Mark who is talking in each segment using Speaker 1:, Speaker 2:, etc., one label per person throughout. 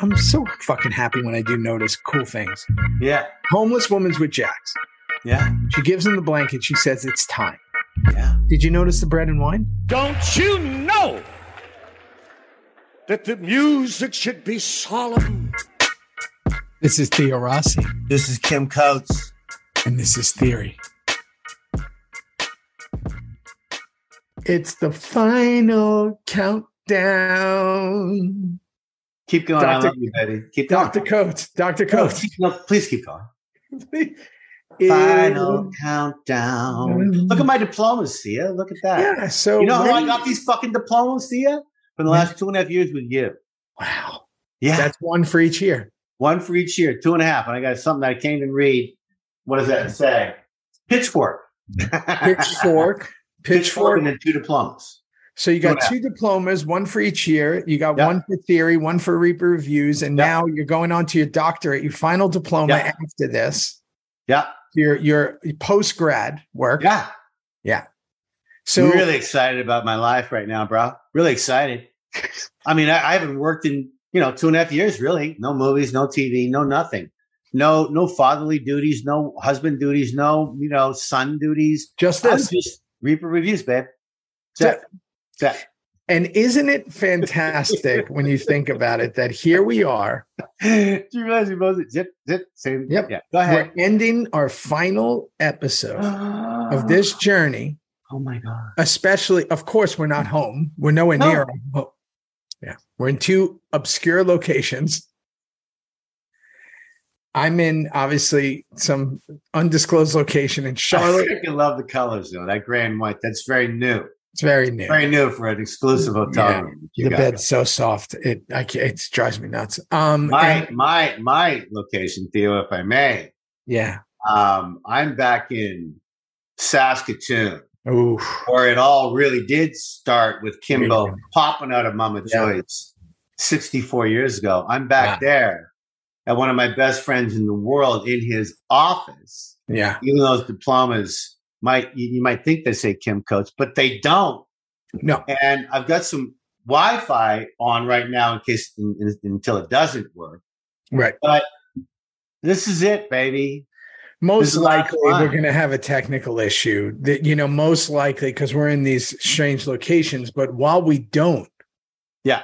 Speaker 1: I'm so fucking happy when I do notice cool things.
Speaker 2: Yeah.
Speaker 1: Homeless woman's with Jax.
Speaker 2: Yeah.
Speaker 1: She gives him the blanket. She says it's time.
Speaker 2: Yeah.
Speaker 1: Did you notice the bread and wine?
Speaker 3: Don't you know that the music should be solemn?
Speaker 1: This is Theo Rossi,
Speaker 2: This is Kim Coates.
Speaker 1: and this is Theory. It's the final countdown.
Speaker 2: Keep going. I
Speaker 1: Dr.
Speaker 2: love you, baby. Keep going.
Speaker 1: Dr. Coates, Dr.
Speaker 2: No,
Speaker 1: Coates.
Speaker 2: keep- no, please keep going.
Speaker 1: is-
Speaker 2: Final countdown. Look at my diplomas, Sia. Look at that.
Speaker 1: Yeah, so
Speaker 2: You know how I
Speaker 1: Ray-
Speaker 2: got these fucking diplomas, Sia? From the last two and a half years with you.
Speaker 1: Wow.
Speaker 2: Yeah.
Speaker 1: That's one for each year.
Speaker 2: One for each year, two and a half. And I got something I can't even read. What does that say? Pitchfork.
Speaker 1: Pitchfork.
Speaker 2: Pitchfork and
Speaker 1: Pitchfork.
Speaker 2: then two diplomas.
Speaker 1: So you got
Speaker 2: Yeah.
Speaker 1: two diplomas, one for each year. You got
Speaker 2: Yeah.
Speaker 1: one for theory, one for Reaper reviews, and
Speaker 2: Yeah.
Speaker 1: now you're going on to your doctorate, your final diploma
Speaker 2: Yeah.
Speaker 1: after this,
Speaker 2: Yeah.
Speaker 1: your your post grad work.
Speaker 2: Yeah.
Speaker 1: So
Speaker 2: I'm really excited about my life right now, bro. Really excited. I mean, I, I haven't worked in you know two and a half years. Really, no movies, no TV, no nothing. No, no fatherly duties, no husband duties, no you know son duties.
Speaker 1: just
Speaker 2: I'm
Speaker 1: this,
Speaker 2: just Reaper reviews, babe. That's it. That's it.
Speaker 1: and isn't it fantastic when you think about it that here we are,
Speaker 2: Do you realize we both zip zip same?
Speaker 1: Yep.
Speaker 2: Yeah. Go
Speaker 1: we're
Speaker 2: ahead.
Speaker 1: ending our final episode
Speaker 2: Of
Speaker 1: of this journey.
Speaker 2: Oh my god.
Speaker 1: especially of course we're not home we're nowhere
Speaker 2: No.
Speaker 1: near home. yeah we're in two obscure locations i'm in obviously some undisclosed location in charlotte
Speaker 2: I freaking love the colors though. That gray and white. That's very new.
Speaker 1: it's very new
Speaker 2: Very new for an exclusive hotel
Speaker 1: Yeah.
Speaker 2: room. You
Speaker 1: the
Speaker 2: got.
Speaker 1: bed's so soft it I can't, it drives me nuts um
Speaker 2: my
Speaker 1: and-
Speaker 2: my my location, Theo, if I may.
Speaker 1: yeah
Speaker 2: Um, I'm back in Saskatoon,
Speaker 1: Ooh.
Speaker 2: where it all really did start with Kimbo
Speaker 1: Yeah.
Speaker 2: popping out of Mama
Speaker 1: Yeah.
Speaker 2: Joy's 64 years ago. I'm back there at one of my best friends in the world in his office.
Speaker 1: yeah
Speaker 2: Even those diplomas might you, you might think they say Kim Coates, but they don't.
Speaker 1: no
Speaker 2: And I've got some Wi-Fi on right now in case in- in- until it doesn't work.
Speaker 1: right
Speaker 2: This is it, baby.
Speaker 1: most
Speaker 2: This is the last
Speaker 1: likely
Speaker 2: line.
Speaker 1: we're going to have a technical issue that you know most likely because we're in these strange locations but while we don't
Speaker 2: Yeah.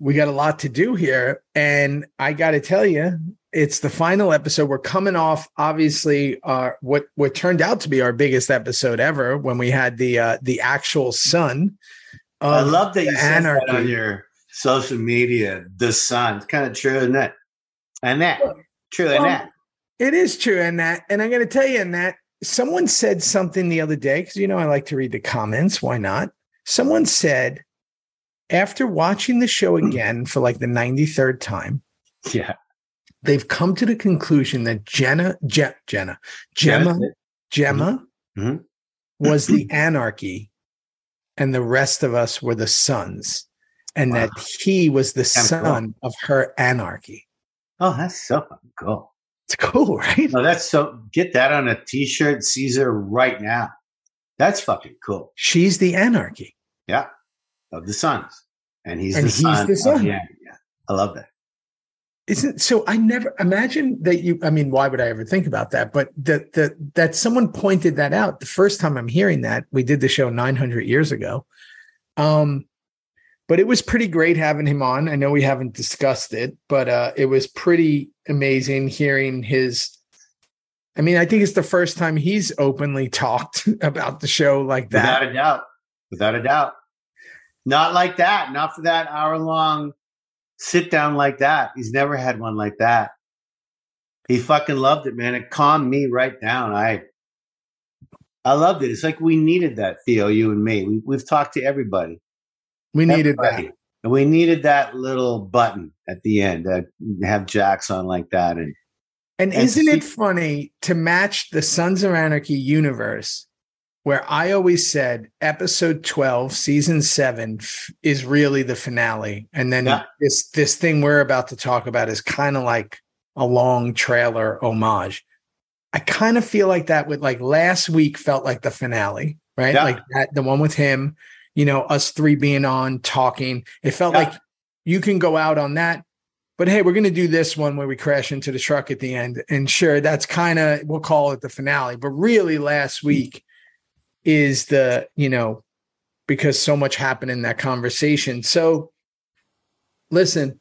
Speaker 1: we got a lot to do here and i got to tell you it's the final episode we're coming off obviously our what what turned out to be our biggest episode ever when we had the uh the actual sun
Speaker 2: I
Speaker 1: of-
Speaker 2: love that you said that on
Speaker 1: anarchy.
Speaker 2: your social media. The sun. It's kind of true, isn't it? And that. True, and
Speaker 1: Well,
Speaker 2: that.
Speaker 1: It is true, and that, and I'm going to tell you, and that someone said something the other day because you know I like to read the comments. Why not? Someone said after watching the show again for like the 93rd time,
Speaker 2: Yeah.
Speaker 1: they've come to the conclusion that Jenna, Je- Jenna, Gemma, Gemma
Speaker 2: Mhm.
Speaker 1: was the anarchy, and the rest of us were the sons, and
Speaker 2: Wow.
Speaker 1: that he was the
Speaker 2: cool.
Speaker 1: son of her anarchy.
Speaker 2: Oh, that's so fucking cool.
Speaker 1: It's cool, right?
Speaker 2: No, that's so. Get that on a t-shirt, Caesar, right now. That's fucking cool.
Speaker 1: She's the anarchy.
Speaker 2: Of the suns, and he's
Speaker 1: And
Speaker 2: the
Speaker 1: he's
Speaker 2: sun.
Speaker 1: the
Speaker 2: of
Speaker 1: sun.
Speaker 2: Yeah, yeah. I love that.
Speaker 1: isn't so i never imagine that you i mean why would i ever think about that but that that that someone pointed that out the first time i'm hearing that we did the show 900 years ago um but it was pretty great having him on i know we haven't discussed it but uh it was pretty amazing hearing his i mean i think it's the first time he's openly talked about the show like that
Speaker 2: Without a doubt. Without a doubt. Not like that. Not for that hour long sit down like that. He's never had one like that. He fucking loved it, man. It calmed me right down. I I loved it. It's like we needed that, Theo, you and me. We, we've talked to everybody.
Speaker 1: we needed that
Speaker 2: Everybody. And we needed that little button at the end. Uh, have Jax on like that. And
Speaker 1: And
Speaker 2: And
Speaker 1: isn't it
Speaker 2: see-
Speaker 1: funny to match the Sons of Anarchy universe, where I always said episode twelve, season seven, f- is really the finale, and then
Speaker 2: Yeah.
Speaker 1: this this thing we're about to talk about is kind of like a long trailer homage. I kind of feel like that with like last week felt like the finale, right?
Speaker 2: Yeah.
Speaker 1: Like that, the one with him, you know, us three being on talking. It felt
Speaker 2: Yeah.
Speaker 1: like you can go out on that. But hey, we're going to do this one where we crash into the truck at the end. And sure, that's kind of, we'll call it the finale. But really, last week is the, you know, because so much happened in that conversation. So listen,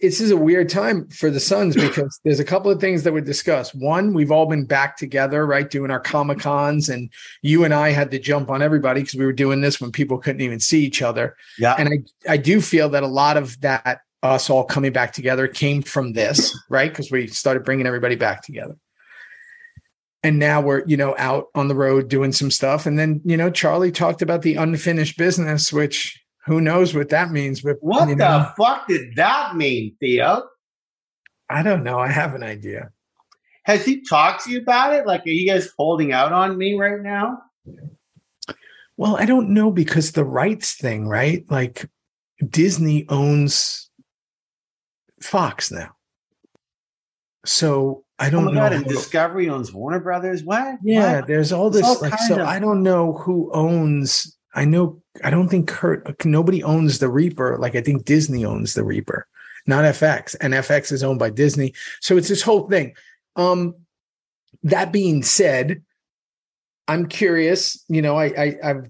Speaker 1: this is a weird time for the Suns because there's a couple of things that were discussed. One, we've all been back together, right, doing our Comic Cons, and you and I had to jump on everybody because we were doing this when people couldn't even see each other.
Speaker 2: Yeah.
Speaker 1: And I, I do feel that a lot of that, us all coming back together, came from this, right? Because we started bringing everybody back together. And now we're, you know, out on the road doing some stuff. And then, you know, Charlie talked about the unfinished business, which who knows what that means. But,
Speaker 2: what
Speaker 1: you
Speaker 2: the
Speaker 1: know,
Speaker 2: fuck did that mean, Theo?
Speaker 1: I don't know. I have an idea.
Speaker 2: Has he talked to you about it? Like, are you guys holding out on me right now?
Speaker 1: Well, I don't know because the rights thing, right? Like Disney owns Fox now. So I
Speaker 2: Oh
Speaker 1: don't
Speaker 2: my
Speaker 1: know.
Speaker 2: god! And
Speaker 1: who-
Speaker 2: Discovery owns Warner Brothers. What?
Speaker 1: yeah,
Speaker 2: What?
Speaker 1: there's all
Speaker 2: It's
Speaker 1: this
Speaker 2: all
Speaker 1: like so
Speaker 2: kind of-
Speaker 1: I don't know who owns I know I don't think Kurt nobody owns the Reaper. Like I think Disney owns the Reaper, not FX. And FX is owned by Disney. So it's this whole thing. Um that being said, I'm curious, you know, I, I I've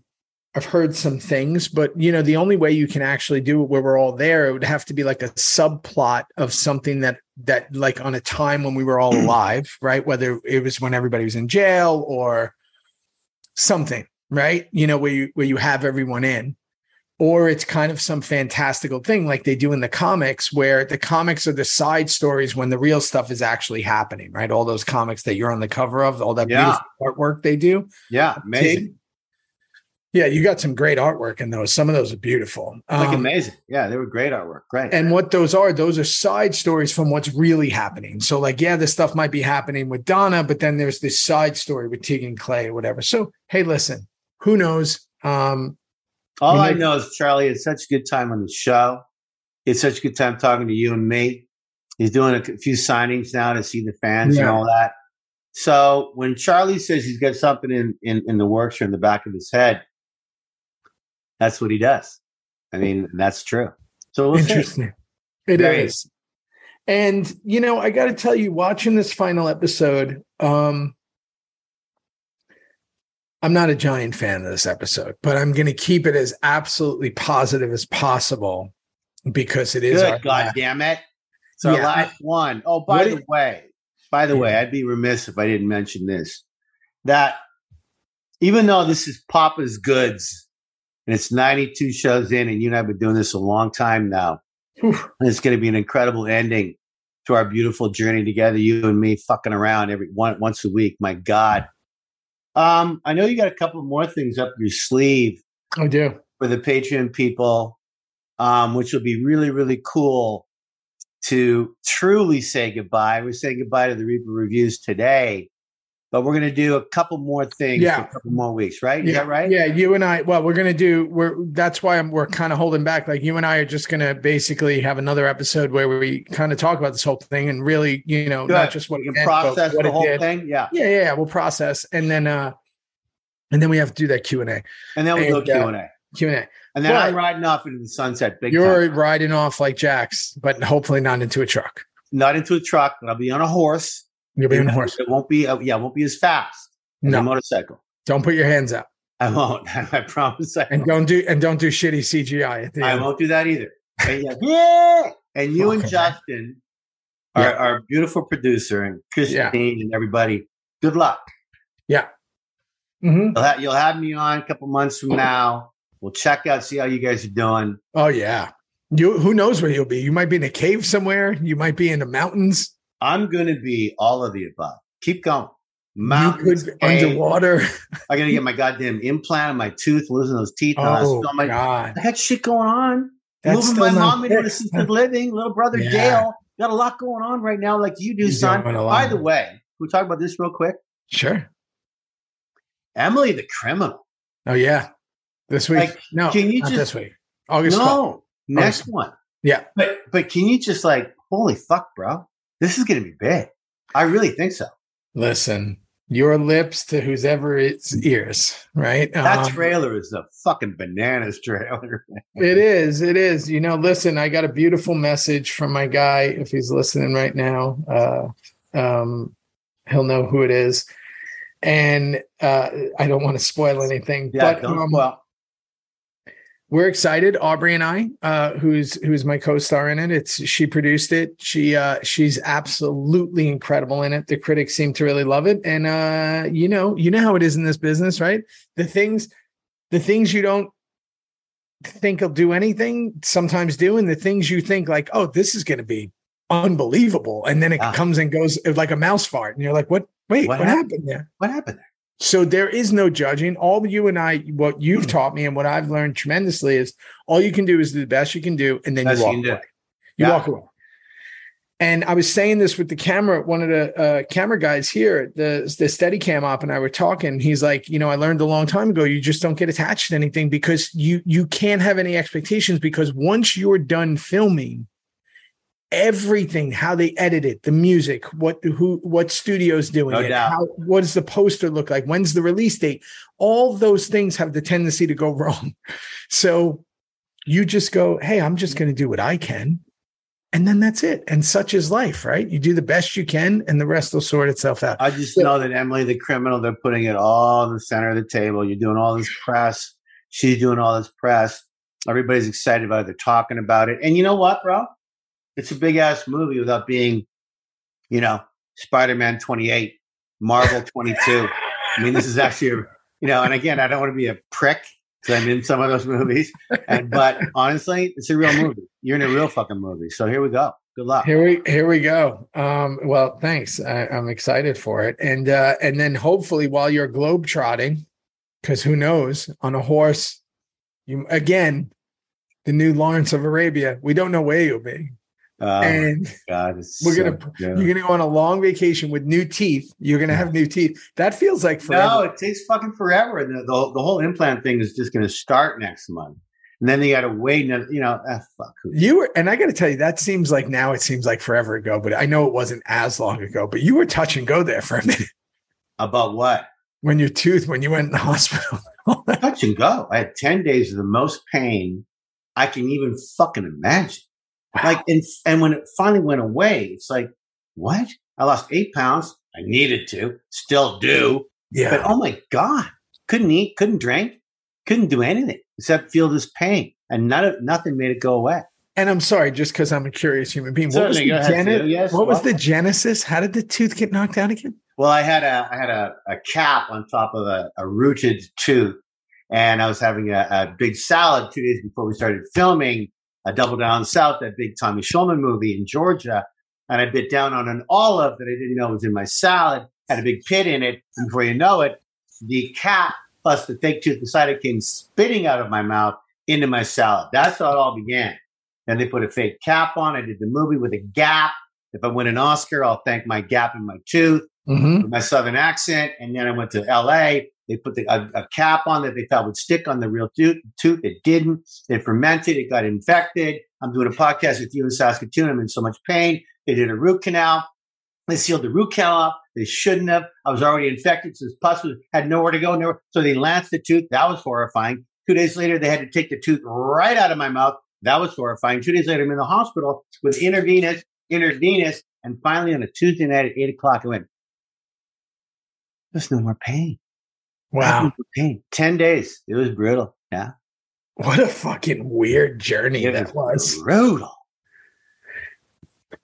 Speaker 1: I've heard some things, but you know, the only way you can actually do it where we're all there, it would have to be like a subplot of something that that like on a time when we were all alive, right? Whether it was when everybody was in jail or something, right? You know, where you where you have everyone in. Or it's kind of some fantastical thing like they do in the comics, where the comics are the side stories when the real stuff is actually happening, right? All those comics that you're on the cover of, all that
Speaker 2: Yeah.
Speaker 1: beautiful artwork they do.
Speaker 2: Yeah, amazing.
Speaker 1: Tig. Yeah, you got some great artwork in those. Some of those are beautiful.
Speaker 2: Like
Speaker 1: Um,
Speaker 2: amazing. Yeah, they were great artwork. Great.
Speaker 1: and what those are, those are side stories from what's really happening. So, like, yeah, this stuff might be happening with Donna, but then there's this side story with Tegan Clay or whatever. So, hey, listen, who knows? Um,
Speaker 2: All
Speaker 1: You
Speaker 2: I
Speaker 1: know-
Speaker 2: know is Charlie had such a good time on the show. He had such a good time talking to you and me. He's doing a few signings now to see the fans and
Speaker 1: Yeah.
Speaker 2: all that. So when Charlie says he's got something in, in, in the works or in the back of his head, that's what he does. I mean, that's true. So we'll see.
Speaker 1: interesting. It is.
Speaker 2: Very-
Speaker 1: And you know, I got to tell you, watching this final episode, um, I'm not a giant fan of this episode, but I'm going to keep it as absolutely positive as possible because it is. our
Speaker 2: Good God
Speaker 1: last-
Speaker 2: damn it. It's our
Speaker 1: Yeah.
Speaker 2: last one. Oh, by
Speaker 1: What
Speaker 2: the
Speaker 1: did-
Speaker 2: way, by the way, I'd be remiss if I didn't mention this. That even though this is Papa's goods and it's 92 shows in, and you and I have been doing this a long time now,
Speaker 1: Oof.
Speaker 2: and it's going to be an incredible ending to our beautiful journey together, you and me fucking around every one, once a week. My God. Um, I know you got a couple more things up your sleeve
Speaker 1: I do.
Speaker 2: for the Patreon people, um, which will be really, really cool to truly say goodbye. We're saying goodbye to the Reaper reviews today, but we're going to do a couple more things,
Speaker 1: Yeah.
Speaker 2: for a couple more weeks, right? Is
Speaker 1: yeah,
Speaker 2: that right?
Speaker 1: Yeah, you and I. Well, we're gonna do. We're that's why I'm, we're kind of holding back. Like you and I are just gonna basically have another episode where we kind of talk about this whole thing and really, you know,
Speaker 2: Good.
Speaker 1: not just what
Speaker 2: We
Speaker 1: it
Speaker 2: can
Speaker 1: meant, but
Speaker 2: process
Speaker 1: uh, what
Speaker 2: the
Speaker 1: it
Speaker 2: whole
Speaker 1: did.
Speaker 2: thing. Yeah.
Speaker 1: Yeah, yeah, yeah, we'll process and then, uh and then we have to do that Q and A.
Speaker 2: And then we'll
Speaker 1: And,
Speaker 2: go
Speaker 1: uh,
Speaker 2: Q&A.
Speaker 1: Q and
Speaker 2: And then
Speaker 1: but-
Speaker 2: I'm riding off into the sunset
Speaker 1: A.
Speaker 2: big
Speaker 1: You're
Speaker 2: time.
Speaker 1: riding off like jacks, but hopefully not into a truck.
Speaker 2: Not into a truck, but I'll be on a horse.
Speaker 1: You'll be on a horse.
Speaker 2: It won't be, uh, yeah, it won't be as fast as a
Speaker 1: No,
Speaker 2: motorcycle.
Speaker 1: don't put your hands up,
Speaker 2: I won't. I promise I
Speaker 1: and
Speaker 2: won't.
Speaker 1: don't do and don't do shitty CGI at the
Speaker 2: I
Speaker 1: end.
Speaker 2: won't do that either. And yeah, yeah. And you and
Speaker 1: Fucking
Speaker 2: Justin, our,
Speaker 1: Yeah.
Speaker 2: our beautiful producer, and Christine
Speaker 1: Yeah.
Speaker 2: and everybody, good luck.
Speaker 1: Mhm. Mm-hmm.
Speaker 2: You'll have, you'll have me on a couple months from now. We'll check out, see how you guys are doing.
Speaker 1: Oh yeah. You who knows where you'll be? You might be in a cave somewhere. You might be in the mountains.
Speaker 2: I'm going to be all of the above. Keep going.
Speaker 1: You
Speaker 2: Mountains,
Speaker 1: could be
Speaker 2: cave.
Speaker 1: underwater.
Speaker 2: I got to get my goddamn implant in my tooth, losing those teeth. and I
Speaker 1: Oh
Speaker 2: still might-
Speaker 1: God,
Speaker 2: I got shit going on.
Speaker 1: that's
Speaker 2: Moving
Speaker 1: still
Speaker 2: my
Speaker 1: not
Speaker 2: mom into
Speaker 1: fixed.
Speaker 2: assisted living. Little brother
Speaker 1: Yeah.
Speaker 2: Dale got a lot going on right now, like you do,
Speaker 1: He's
Speaker 2: son.
Speaker 1: doing a lot.
Speaker 2: By the way, we'll talk about this real quick.
Speaker 1: Sure.
Speaker 2: Emily the criminal.
Speaker 1: Oh yeah. This week?
Speaker 2: Like,
Speaker 1: no,
Speaker 2: can you
Speaker 1: not
Speaker 2: just-
Speaker 1: this week. August. 12th.
Speaker 2: no, next one.
Speaker 1: Yeah.
Speaker 2: but but can you just like holy fuck, bro? This is gonna be big. I really think so.
Speaker 1: Listen, your lips to whose ever its ears, right?
Speaker 2: That
Speaker 1: Um,
Speaker 2: trailer is a fucking bananas trailer.
Speaker 1: It is. It is. You know, listen, I got a beautiful message from my guy. If he's listening right now, uh, um, he'll know who it is. And uh, I don't want to spoil anything,
Speaker 2: Yeah,
Speaker 1: but
Speaker 2: don't-
Speaker 1: um,
Speaker 2: well,
Speaker 1: we're excited. Aubrey and I, uh, who's who's my co-star in it. It's she produced it. She uh, she's absolutely incredible in it. The critics seem to really love it, and uh, you know you know how it is in this business, right? The things the things you don't think will do anything sometimes do, and the things you think like, oh, this is going to be unbelievable, and then it
Speaker 2: Yeah.
Speaker 1: comes and goes like a mouse fart, and you're like, what? Wait,
Speaker 2: What
Speaker 1: what happened there?
Speaker 2: what happened there?
Speaker 1: So there is no judging. All you and I, what you've taught me and what I've learned tremendously is all you can do is do the best you can do, and then
Speaker 2: That's
Speaker 1: you
Speaker 2: what
Speaker 1: walk
Speaker 2: you
Speaker 1: away.
Speaker 2: can do.
Speaker 1: You
Speaker 2: Yeah.
Speaker 1: walk away. And I was saying this with the camera. One of the uh, camera guys here, the the Steadicam op, and I were talking. He's like, you know, I learned a long time ago. You just don't get attached to anything because you you can't have any expectations because once you're done filming, everything, how they edit it, the music, what who what studio's doing
Speaker 2: No
Speaker 1: it,
Speaker 2: doubt.
Speaker 1: how, what does the poster look like, when's the release date, all those things have the tendency to go wrong. So you just go, hey, I'm just going to do what I can. And then that's it. And such is life, right? You do the best you can and the rest will sort itself out.
Speaker 2: I just know that Emily, the criminal, they're putting it all in the center of the table. You're doing all this press. She's doing all this press. Everybody's excited about it. They're talking about it. And you know what, bro? It's a big ass movie without being, you know, Spider Man 28, Marvel 22. I mean, this is actually, a, you know, and again, I don't want to be a prick because I'm in some of those movies. And, but honestly, it's a real movie. You're in a real fucking movie. So here we go. Good luck.
Speaker 1: Here we here we go. Um, well, thanks. I, I'm excited for it, and uh, and then hopefully while you're globe trotting, because who knows on a horse, you again, the new Lawrence of Arabia. We don't know where you'll be,
Speaker 2: Oh, my
Speaker 1: and
Speaker 2: God. It's
Speaker 1: we're
Speaker 2: so
Speaker 1: gonna-
Speaker 2: good.
Speaker 1: you're gonna go on a long vacation with new teeth. You're gonna have new teeth. That feels like forever.
Speaker 2: No, it takes fucking forever. And the, the, the whole implant thing is just going to start next month. And then they got to wait. And, you know, ah, fuck. who-
Speaker 1: You were, and I got to tell you, that seems like now it seems like forever ago, but I know it wasn't as long ago. But you were touch and go there for a minute
Speaker 2: About what?
Speaker 1: when your tooth, when you went in the hospital.
Speaker 2: Touch and go. I had 10 days of the most pain I can even fucking imagine. Like, and, and when it finally went away, it's like, what? I lost eight pounds. I needed to, still do. But
Speaker 1: yeah,
Speaker 2: oh my God, couldn't eat, couldn't drink, couldn't do anything except feel this pain. And none of, nothing made it go away.
Speaker 1: and I'm sorry, just because I'm a curious human being. What was, the
Speaker 2: Certainly, go ahead,
Speaker 1: gene-
Speaker 2: Theo. Yes,
Speaker 1: what was
Speaker 2: what?
Speaker 1: the genesis? How did the tooth get knocked out again?
Speaker 2: Well, I had a I had a, a cap on top of a, a rooted tooth, and I was having a, a big salad two days before we started filming a Double Down South, that big Tommy Schulman movie in Georgia, and I bit down on an olive that I didn't know was in my salad, had a big pit in it, and before you know it, the cap plus the fake tooth beside it came spitting out of my mouth into my salad. That's how it all began. Then they put a fake cap on. I did the movie with a gap. If I win an Oscar, I'll thank my gap in my tooth
Speaker 1: Mm-hmm.
Speaker 2: with my southern accent, and then I went to L.A. They put the, a, a cap on that they thought would stick on the real tooth. tooth. It didn't. It fermented. It got infected. I'm doing a podcast with you in Saskatoon. I'm in so much pain. They did a root canal. They sealed the root canal up. They shouldn't have. I was already infected, so this pus was, had nowhere to go. Nowhere. So they lanced the tooth. That was horrifying. Two days later, they had to take the tooth right out of my mouth. That was horrifying. Two days later, I'm in the hospital with intravenous, intravenous, and finally on a Tuesday night at eight o'clock, I went, there's no more pain.
Speaker 1: Wow,
Speaker 2: No more pain. 10 days. It was brutal. Yeah.
Speaker 1: what a fucking weird journey
Speaker 2: It
Speaker 1: that was.
Speaker 2: brutal.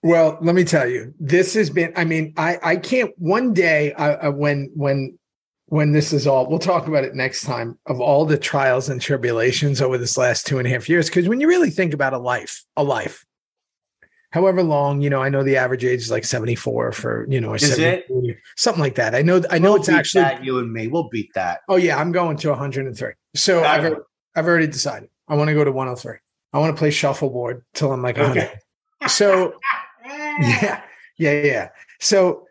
Speaker 1: Well, let me tell you, this has been. I mean, I I can't. One day, I, I when when when this is all, we'll talk about it next time. Of all the trials and tribulations over this last two and a half years, because when you really think about a life, a life, however long, you know, I know the average age is like seventy four for you know, or
Speaker 2: Is it?
Speaker 1: 73, something like that. I know, I know,
Speaker 2: We'll
Speaker 1: it's
Speaker 2: beat
Speaker 1: actually.
Speaker 2: that, you and me. We'll beat that.
Speaker 1: Oh yeah, I'm going to one hundred and three. So I've al- I've already decided. I want to go to one hundred three. I want to play shuffleboard till I'm like
Speaker 2: Okay.
Speaker 1: hundred. So
Speaker 2: yeah.
Speaker 1: yeah yeah yeah so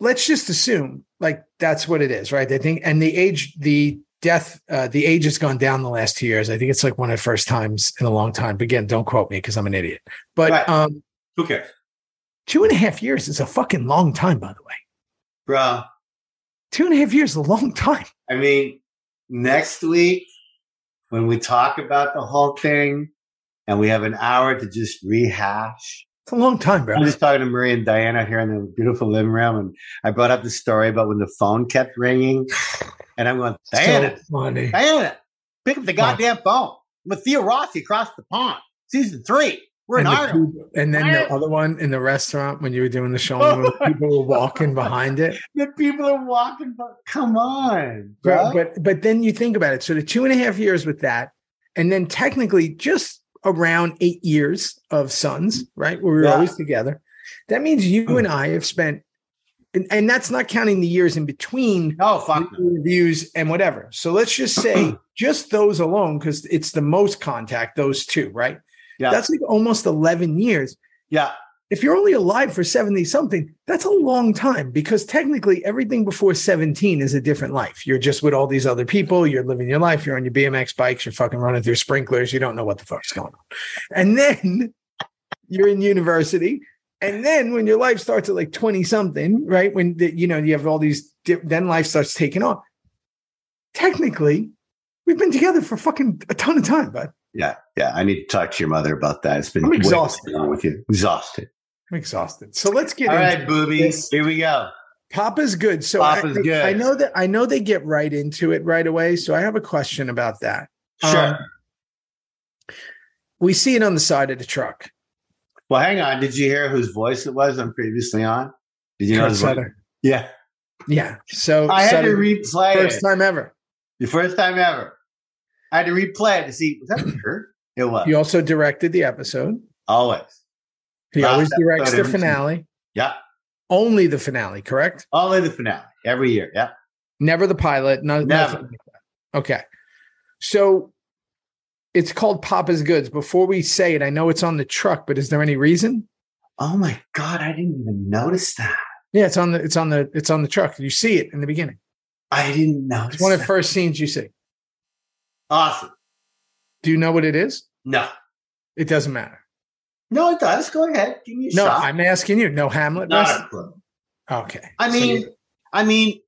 Speaker 1: let's just assume like that's what it is right i think and the age the death uh, the age has gone down the last two years i think it's like one of the first times in a long time but again don't quote me because i'm an idiot but
Speaker 2: Right.
Speaker 1: um
Speaker 2: Who cares?
Speaker 1: two and a half years is a fucking long time by the way
Speaker 2: Bruh,
Speaker 1: Two and a half years, is a long time.
Speaker 2: I mean, next week when we talk about the whole thing and we have an hour to just rehash.
Speaker 1: It's a long time, bro.
Speaker 2: I was just talking to Marie and Diana here in the beautiful living room, and I brought up the story about when the phone kept ringing, and I'm going, Diana,
Speaker 1: So funny.
Speaker 2: Diana, pick up the goddamn phone. I'm with Theo Rossi across the pond, season three. We're in
Speaker 1: and, the
Speaker 2: Ireland.
Speaker 1: people- and then the other one in the restaurant when you were doing the show, and the people were walking behind it.
Speaker 2: The people are walking, but come on,
Speaker 1: Bro,
Speaker 2: bro.
Speaker 1: but but then you think about it. So the two and a half years with that, and then technically just around eight years of sons, right? Where we were
Speaker 2: Yeah. Hmm.
Speaker 1: always together. That means you and I have spent, and, and that's not counting the years in between
Speaker 2: no, fuck. no.
Speaker 1: reviews and whatever. So let's just say just those alone, because it's the most contact, those two, right?
Speaker 2: Yeah.
Speaker 1: That's like almost 11 years.
Speaker 2: Yeah.
Speaker 1: if you're only alive for 70 something, that's a long time because technically everything before 17 is a different life. You're just with all these other people, you're living your life, you're on your BMX bikes, you're fucking running through sprinklers, you don't know what the fuck's going on. And then you're in university. And then when your life starts at like 20 something, right? When the, you know you have all these di- then life starts taking off. Technically, we've been together for fucking a ton of time, bud.
Speaker 2: Yeah, yeah. I need to talk to your mother about that. It's been
Speaker 1: I'm
Speaker 2: way too
Speaker 1: exhausted.
Speaker 2: long with you. Exhausted.
Speaker 1: I'm exhausted. So let's get
Speaker 2: All
Speaker 1: into
Speaker 2: right, boobies.
Speaker 1: Yes.
Speaker 2: Here we go.
Speaker 1: Papa's good. So
Speaker 2: Papa's
Speaker 1: I,
Speaker 2: good.
Speaker 1: I know that I know they get right into it right away. So I have a question about that.
Speaker 2: Sure.
Speaker 1: Um, we see it on the side of the truck.
Speaker 2: well, hang on. Did you hear whose voice it was I'm previously on? Did you know
Speaker 1: Kurt
Speaker 2: his voice?
Speaker 1: Sutter.
Speaker 2: Yeah.
Speaker 1: Yeah. So
Speaker 2: I had to
Speaker 1: Sutter,
Speaker 2: replay
Speaker 1: first
Speaker 2: it.
Speaker 1: time ever.
Speaker 2: The first time ever. I had to replay it to see. Was that Kurt? It was.
Speaker 1: He also directed the episode.
Speaker 2: Always.
Speaker 1: He
Speaker 2: Last
Speaker 1: always directs
Speaker 2: episode
Speaker 1: the
Speaker 2: every season.
Speaker 1: finale.
Speaker 2: Yeah.
Speaker 1: Only the finale, correct?
Speaker 2: Only the finale. Every year. Yeah.
Speaker 1: Never the pilot. No,
Speaker 2: Never.
Speaker 1: nothing like that. Okay. So it's called Papa's Goods. Before we say it, I know it's on the truck, but is there any reason?
Speaker 2: Oh my God. I didn't even notice that.
Speaker 1: Yeah, it's on the it's on the it's on the truck. You see it in the beginning.
Speaker 2: I didn't
Speaker 1: It's
Speaker 2: notice.
Speaker 1: one of the
Speaker 2: that.
Speaker 1: first scenes you see.
Speaker 2: awesome.
Speaker 1: Do you know what it is?
Speaker 2: No.
Speaker 1: It doesn't matter.
Speaker 2: No, it does. Go ahead. Give me a
Speaker 1: No,
Speaker 2: shot.
Speaker 1: I'm asking you. No Hamlet.
Speaker 2: not
Speaker 1: rest-
Speaker 2: a clue.
Speaker 1: Okay.
Speaker 2: I
Speaker 1: So
Speaker 2: mean,
Speaker 1: you-
Speaker 2: I mean,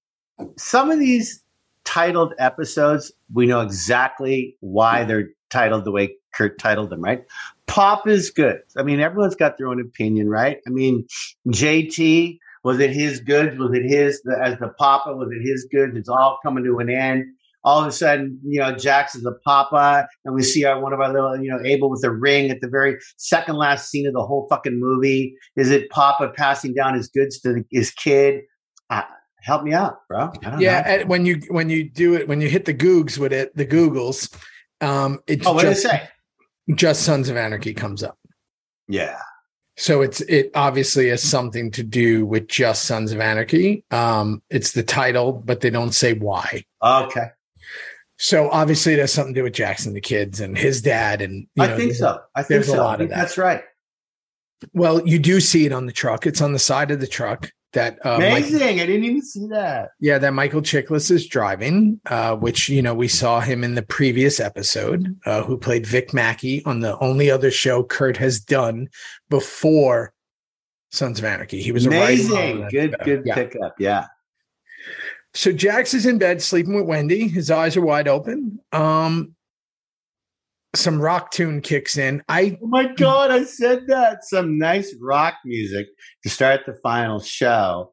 Speaker 2: some of these titled episodes, we know exactly why
Speaker 1: Hmm.
Speaker 2: they're titled the way Kurt titled them, right? Pop is good. I mean, everyone's got their own opinion, right? I mean, JT was it his goods? Was it his the, as the papa? Was it his goods? It's all coming to an end. All of a sudden, you know, Jax is a papa, and we see our one of our little, you know, Abel with the ring at the very second last scene of the whole fucking movie. Is it Papa passing down his goods to his kid? Uh, help me out, bro. I don't
Speaker 1: yeah,
Speaker 2: know.
Speaker 1: and when you when you do it when you hit the Googs with it, the Googles, um, it's
Speaker 2: Oh, what did it
Speaker 1: just
Speaker 2: say?
Speaker 1: just Sons of Anarchy comes up.
Speaker 2: Yeah.
Speaker 1: So it's it obviously has something to do with just Sons of Anarchy. Um, it's the title, but they don't say why.
Speaker 2: Okay.
Speaker 1: So obviously it has something to do with Jackson the kids and his dad and you
Speaker 2: I
Speaker 1: know,
Speaker 2: think
Speaker 1: the-
Speaker 2: so. I think
Speaker 1: there's a
Speaker 2: so.
Speaker 1: lot
Speaker 2: I
Speaker 1: of
Speaker 2: think
Speaker 1: that.
Speaker 2: That's right.
Speaker 1: Well, you do see it on the truck. It's on the side of the truck that uh, Mike-
Speaker 2: Amazing. I didn't even see that.
Speaker 1: yeah, that Michael Chiklis is driving, uh, which you know we saw him in the previous episode, uh, who played Vic Mackey on the only other show Kurt has done before Sons of Anarchy. He was a writer on
Speaker 2: Amazing.
Speaker 1: that
Speaker 2: Good,
Speaker 1: show.
Speaker 2: good
Speaker 1: Yeah.
Speaker 2: pickup. Yeah.
Speaker 1: So Jax is in bed sleeping with Wendy. His eyes are wide open. Um, some rock tune kicks in. I
Speaker 2: Oh my God, I said that. Some nice rock music to start the final show.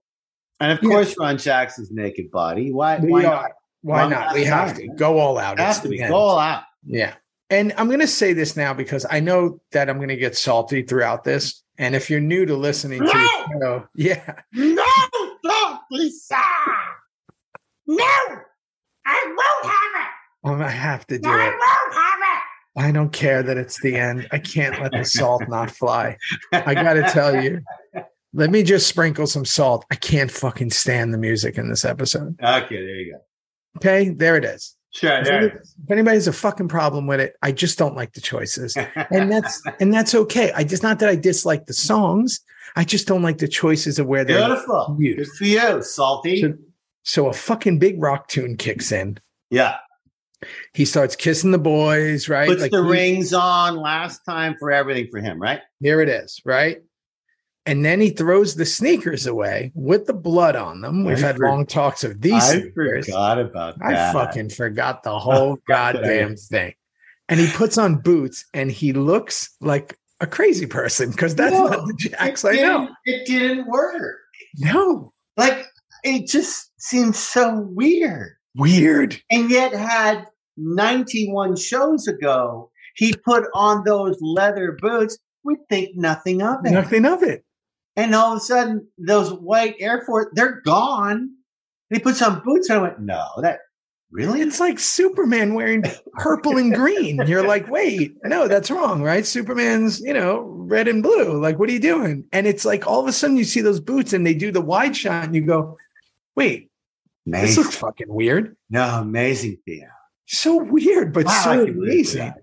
Speaker 2: And of
Speaker 1: Yeah.
Speaker 2: course, Ron Jackson's naked body. Why?
Speaker 1: we
Speaker 2: why
Speaker 1: are-
Speaker 2: not?
Speaker 1: Why
Speaker 2: Why
Speaker 1: not?
Speaker 2: not?
Speaker 1: We have to go all out.
Speaker 2: It has
Speaker 1: It's
Speaker 2: to
Speaker 1: the
Speaker 2: be
Speaker 1: end.
Speaker 2: go all out.
Speaker 1: Yeah. And I'm going to say this now because I know that I'm going to get salty throughout this. And if you're new to listening to the show, yeah,
Speaker 2: No, don't, Lisa. No, I won't have
Speaker 1: I'm going to have to do it.
Speaker 2: won't have it.
Speaker 1: I don't care that it's the end. I can't let the salt not fly. I got to tell you. Let me just sprinkle some salt. I can't fucking stand the music in this episode.
Speaker 2: Okay, there you go.
Speaker 1: Okay, there it is.
Speaker 2: Sure,
Speaker 1: If
Speaker 2: there
Speaker 1: any-
Speaker 2: it is.
Speaker 1: if anybody has a fucking problem with it, I just don't like the choices. and that's and that's okay. I just not that I dislike the songs. I just don't like the choices of where they're.
Speaker 2: Beautiful.
Speaker 1: You.
Speaker 2: Good for you, Salty.
Speaker 1: So, so a fucking big rock tune kicks in.
Speaker 2: yeah.
Speaker 1: He starts kissing the boys, right?
Speaker 2: Puts
Speaker 1: Like,
Speaker 2: the
Speaker 1: he-
Speaker 2: rings on last time for everything for him, right?
Speaker 1: Here it is, right? And then he throws the sneakers away with the blood on them. We've
Speaker 2: I
Speaker 1: had
Speaker 2: for-
Speaker 1: long talks of these
Speaker 2: I
Speaker 1: sneakers.
Speaker 2: forgot about
Speaker 1: I
Speaker 2: that.
Speaker 1: fucking forgot the whole goddamn thing. And he puts on boots and he looks like a crazy person because that's
Speaker 2: No,
Speaker 1: not the
Speaker 2: it
Speaker 1: Jax I know.
Speaker 2: didn't, it didn't work.
Speaker 1: No,
Speaker 2: Like it just seems so weird.
Speaker 1: weird.
Speaker 2: and yet had 91 shows ago, he put on those leather boots. We think nothing of it.
Speaker 1: Nothing of it.
Speaker 2: And all of a sudden, those white Air Force, they're gone. He put some boots on. I went, no, that really?
Speaker 1: It's like Superman wearing purple and green. You're like, wait, no, that's wrong, right? Superman's, you know, red and blue. Like, what are you doing? And it's like all of a sudden you see those boots and they do the wide shot and you go, wait, this
Speaker 2: amazing.
Speaker 1: looks fucking weird.
Speaker 2: no, amazing, Theo.
Speaker 1: So weird, but
Speaker 2: Wow, I
Speaker 1: so
Speaker 2: can live with
Speaker 1: amazing.
Speaker 2: that.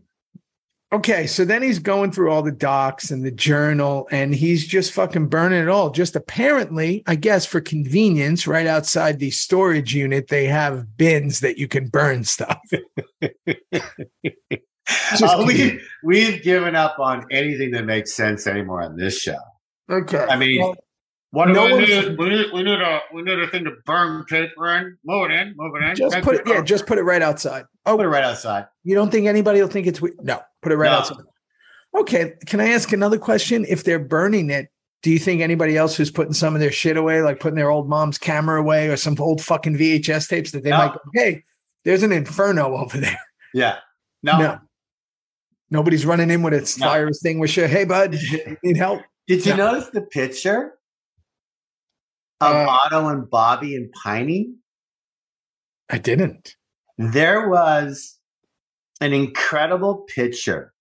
Speaker 1: Okay, so then he's going through all the docs and the journal, and he's just fucking burning it all. Just apparently, I guess, for convenience, right outside the storage unit, they have bins that you can burn stuff. Just
Speaker 2: Uh, we,
Speaker 1: kidding.
Speaker 2: we've given up on anything that makes sense anymore on this show.
Speaker 1: Okay.
Speaker 2: I mean, what
Speaker 1: No
Speaker 2: do we
Speaker 1: one's-
Speaker 2: need? We need, we need a we need a thing to burn paper in. Move it in. Move it in.
Speaker 1: just
Speaker 2: That's
Speaker 1: put it, yeah,
Speaker 2: oh,
Speaker 1: just put it right outside.
Speaker 2: put it
Speaker 1: Oh,
Speaker 2: right outside.
Speaker 1: you don't think anybody will think it's weird? No, put it right
Speaker 2: No.
Speaker 1: outside. Okay, can I ask another question? If they're burning it, do you think anybody else who's putting some of their shit away, like putting their old mom's camera away or some old fucking VHS tapes, that they
Speaker 2: No.
Speaker 1: might go, hey, there's an inferno over there?
Speaker 2: Yeah. No.
Speaker 1: No. Nobody's running in with a
Speaker 2: No.
Speaker 1: fire extinguisher. Hey, bud, you need help?
Speaker 2: Did you
Speaker 1: No.
Speaker 2: notice the picture of
Speaker 1: Uh,
Speaker 2: Otto and Bobby and Piney?
Speaker 1: I didn't.
Speaker 2: There was an incredible picture,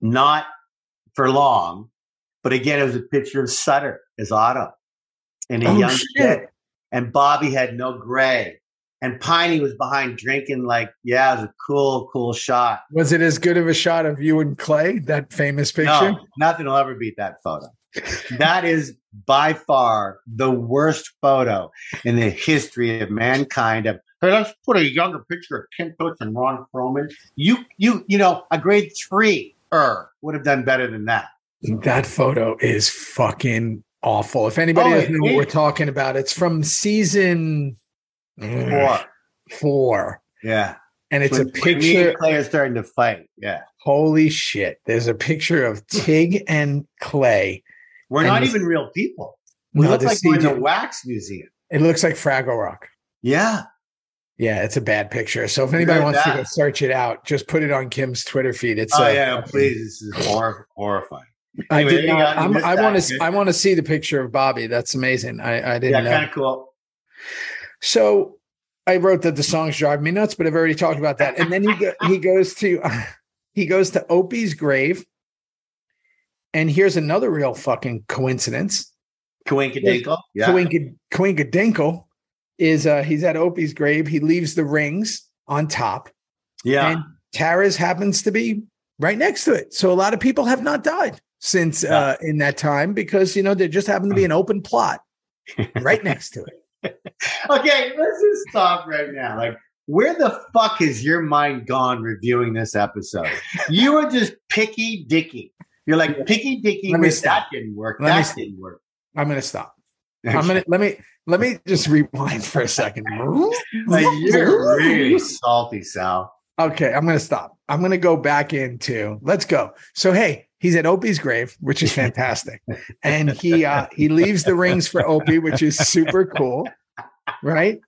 Speaker 2: not for long, but again, it was a picture of Sutter as Otto and a
Speaker 1: Oh,
Speaker 2: young
Speaker 1: shit.
Speaker 2: kid. And Bobby had no gray. And Piney was behind drinking, like, yeah, it was a cool, cool shot.
Speaker 1: Was it as good of a shot of you and Clay, that famous picture?
Speaker 2: No, nothing will ever beat that photo. that is by far the worst photo in the history of mankind. Of hey, let's put a younger picture of Ken Coates and Ron Perlman. You, you, you know, a grade three er would have done better than that.
Speaker 1: That photo is fucking awful. If anybody
Speaker 2: Oh,
Speaker 1: doesn't know what
Speaker 2: it-
Speaker 1: we're talking about, it's from season
Speaker 2: Or
Speaker 1: mm, four.
Speaker 2: yeah,
Speaker 1: And it's a
Speaker 2: When- when me and
Speaker 1: picture.
Speaker 2: Clay are starting to fight. Yeah,
Speaker 1: Holy shit. There's a picture of Tig and Clay.
Speaker 2: we're
Speaker 1: And
Speaker 2: not
Speaker 1: this-
Speaker 2: even real people. We
Speaker 1: No,
Speaker 2: look
Speaker 1: the
Speaker 2: like we're in a
Speaker 1: CG
Speaker 2: wax museum.
Speaker 1: it looks like Fraggle Rock.
Speaker 2: Yeah,
Speaker 1: Yeah, it's a bad picture. So if anybody
Speaker 2: Very
Speaker 1: wants
Speaker 2: bad.
Speaker 1: to go search it out, just put it on Kim's Twitter feed. It's
Speaker 2: oh
Speaker 1: uh,
Speaker 2: yeah, please, this is hor- horrifying.
Speaker 1: I
Speaker 2: Anyway,
Speaker 1: did
Speaker 2: you
Speaker 1: not,
Speaker 2: got- you
Speaker 1: I'm,
Speaker 2: missed
Speaker 1: I
Speaker 2: that.
Speaker 1: want
Speaker 2: Good.
Speaker 1: to. I want to see the picture of Bobby. That's amazing. I, I
Speaker 2: Yeah,
Speaker 1: didn't know.
Speaker 2: kind of cool.
Speaker 1: So I wrote that the songs drive me nuts, but I've already talked about that. And then he go, he goes to he goes to Opie's grave. And here's another real fucking coincidence.
Speaker 2: Coinkadinkle. Yeah.
Speaker 1: Coinka Dinkle is uh he's at Opie's grave. He leaves the rings on top.
Speaker 2: yeah.
Speaker 1: And Tara's happens to be right next to it. So a lot of people have not died since uh, in that time because you know there just happened to be an open plot right next to it.
Speaker 2: okay, let's just stop right now. Like, where the fuck is your mind gone reviewing this episode? You were just picky dicky. You're like picky dicky.
Speaker 1: Let me
Speaker 2: with
Speaker 1: stop.
Speaker 2: That didn't work.
Speaker 1: Let me
Speaker 2: that
Speaker 1: stop.
Speaker 2: didn't work.
Speaker 1: I'm gonna stop. I'm gonna let me let me just rewind for a second.
Speaker 2: Like, you're really salty, Sal.
Speaker 1: Okay, I'm gonna stop. I'm gonna go back into let's go. So hey, he's at Opie's grave, which is fantastic, and he uh, he leaves the rings for Opie, which is super cool, right?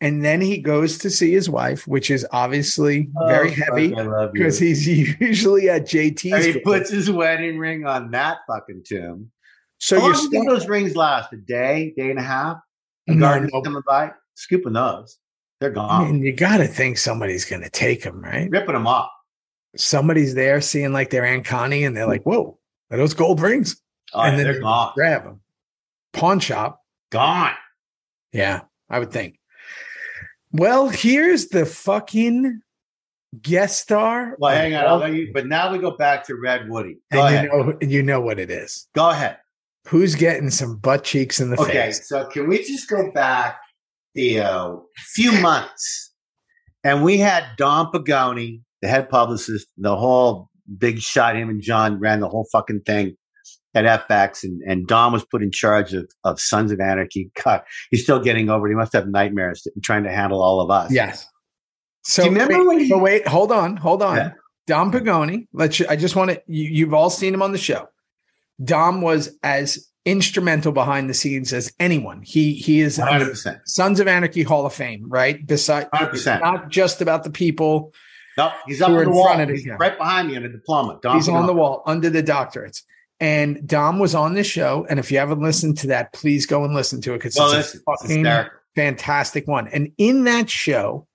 Speaker 1: And then he goes to see his wife, which is obviously very
Speaker 2: Oh,
Speaker 1: heavy
Speaker 2: fuck, I love you.
Speaker 1: because he's usually at JT's.
Speaker 2: And he
Speaker 1: grave.
Speaker 2: puts his wedding ring on that fucking tomb.
Speaker 1: so
Speaker 2: How
Speaker 1: you're
Speaker 2: long do you think
Speaker 1: stuck.
Speaker 2: those rings last? A day, day and a half? A
Speaker 1: No,
Speaker 2: garden's
Speaker 1: no,
Speaker 2: coming by, scooping those. They're gone.
Speaker 1: I mean, you got to think somebody's gonna take him, right?
Speaker 2: Ripping them off.
Speaker 1: Somebody's there seeing like their Aunt Connie, and they're like, "Whoa, are those gold rings?"
Speaker 2: Oh,
Speaker 1: And
Speaker 2: yeah,
Speaker 1: then
Speaker 2: they're
Speaker 1: they-
Speaker 2: gone.
Speaker 1: Grab them. Pawn shop.
Speaker 2: Gone.
Speaker 1: Yeah, I would think. Well, here's the fucking guest star.
Speaker 2: Well, hang on. I'll
Speaker 1: And
Speaker 2: let you, but now we go back to Red Woody. Go ahead.
Speaker 1: you know, you know what it is.
Speaker 2: go ahead.
Speaker 1: Who's getting some butt cheeks in the
Speaker 2: Okay.
Speaker 1: face?
Speaker 2: So can we just go back, Theo, a few months? And we had Don Pagoni, the head publicist, the whole big shot. Him and John ran the whole fucking thing. at FX, and, and Don was put in charge of, of Sons of Anarchy. God, he's still getting over it. He must have nightmares trying to handle all of us.
Speaker 1: Yes. So
Speaker 2: Do you remember
Speaker 1: wait,
Speaker 2: when he-
Speaker 1: but wait, hold on, hold on.
Speaker 2: Yeah.
Speaker 1: Dom Pagoni, let's I just want to you, you've all seen him on the show. Dom was as instrumental behind the scenes as anyone. He he is
Speaker 2: 100%.
Speaker 1: Sons of Anarchy Hall of Fame, right? Beside
Speaker 2: 100%.
Speaker 1: not just about the people,
Speaker 2: No, he's up
Speaker 1: We're
Speaker 2: on the
Speaker 1: in
Speaker 2: wall.
Speaker 1: front of it,
Speaker 2: he's
Speaker 1: yeah.
Speaker 2: right behind me on the diploma. Don
Speaker 1: he's on
Speaker 2: Pagano.
Speaker 1: the wall under the doctorates. And Dom was on this show. And if you haven't listened to that, please go and listen to it because
Speaker 2: Well,
Speaker 1: it's
Speaker 2: this
Speaker 1: a
Speaker 2: is
Speaker 1: fucking
Speaker 2: hysterical.
Speaker 1: fantastic one. And in that show,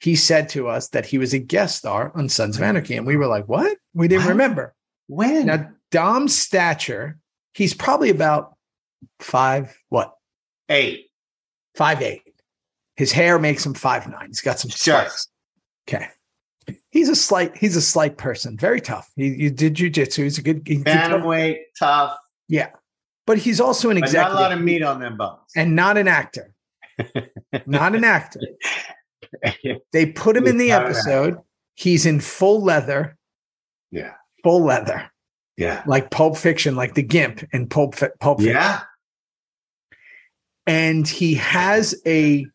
Speaker 1: he said to us that he was a guest star on Sons of Anarchy. And we were like, what? We didn't
Speaker 2: What?
Speaker 1: remember.
Speaker 2: When?
Speaker 1: Now, Dom's stature, he's probably about five, what?
Speaker 2: Eight.
Speaker 1: Five eight. His hair makes him five nine. He's got some
Speaker 2: Sure.
Speaker 1: spikes. Okay. He's a slight, he's a slight person, very tough. He, he did jujitsu. He's a good, he- he-
Speaker 2: Bantamweight, tough.
Speaker 1: but he's also an
Speaker 2: But not a
Speaker 1: executive
Speaker 2: lot of meat on them bones.
Speaker 1: and not an actor. not an actor. They put him in the
Speaker 2: Not an
Speaker 1: episode. He's in full leather.
Speaker 2: Yeah.
Speaker 1: Full leather,
Speaker 2: yeah.
Speaker 1: like Pulp Fiction, like the Gimp in Pulp, Fi- Pulp Fiction.
Speaker 2: Yeah.
Speaker 1: And he has a.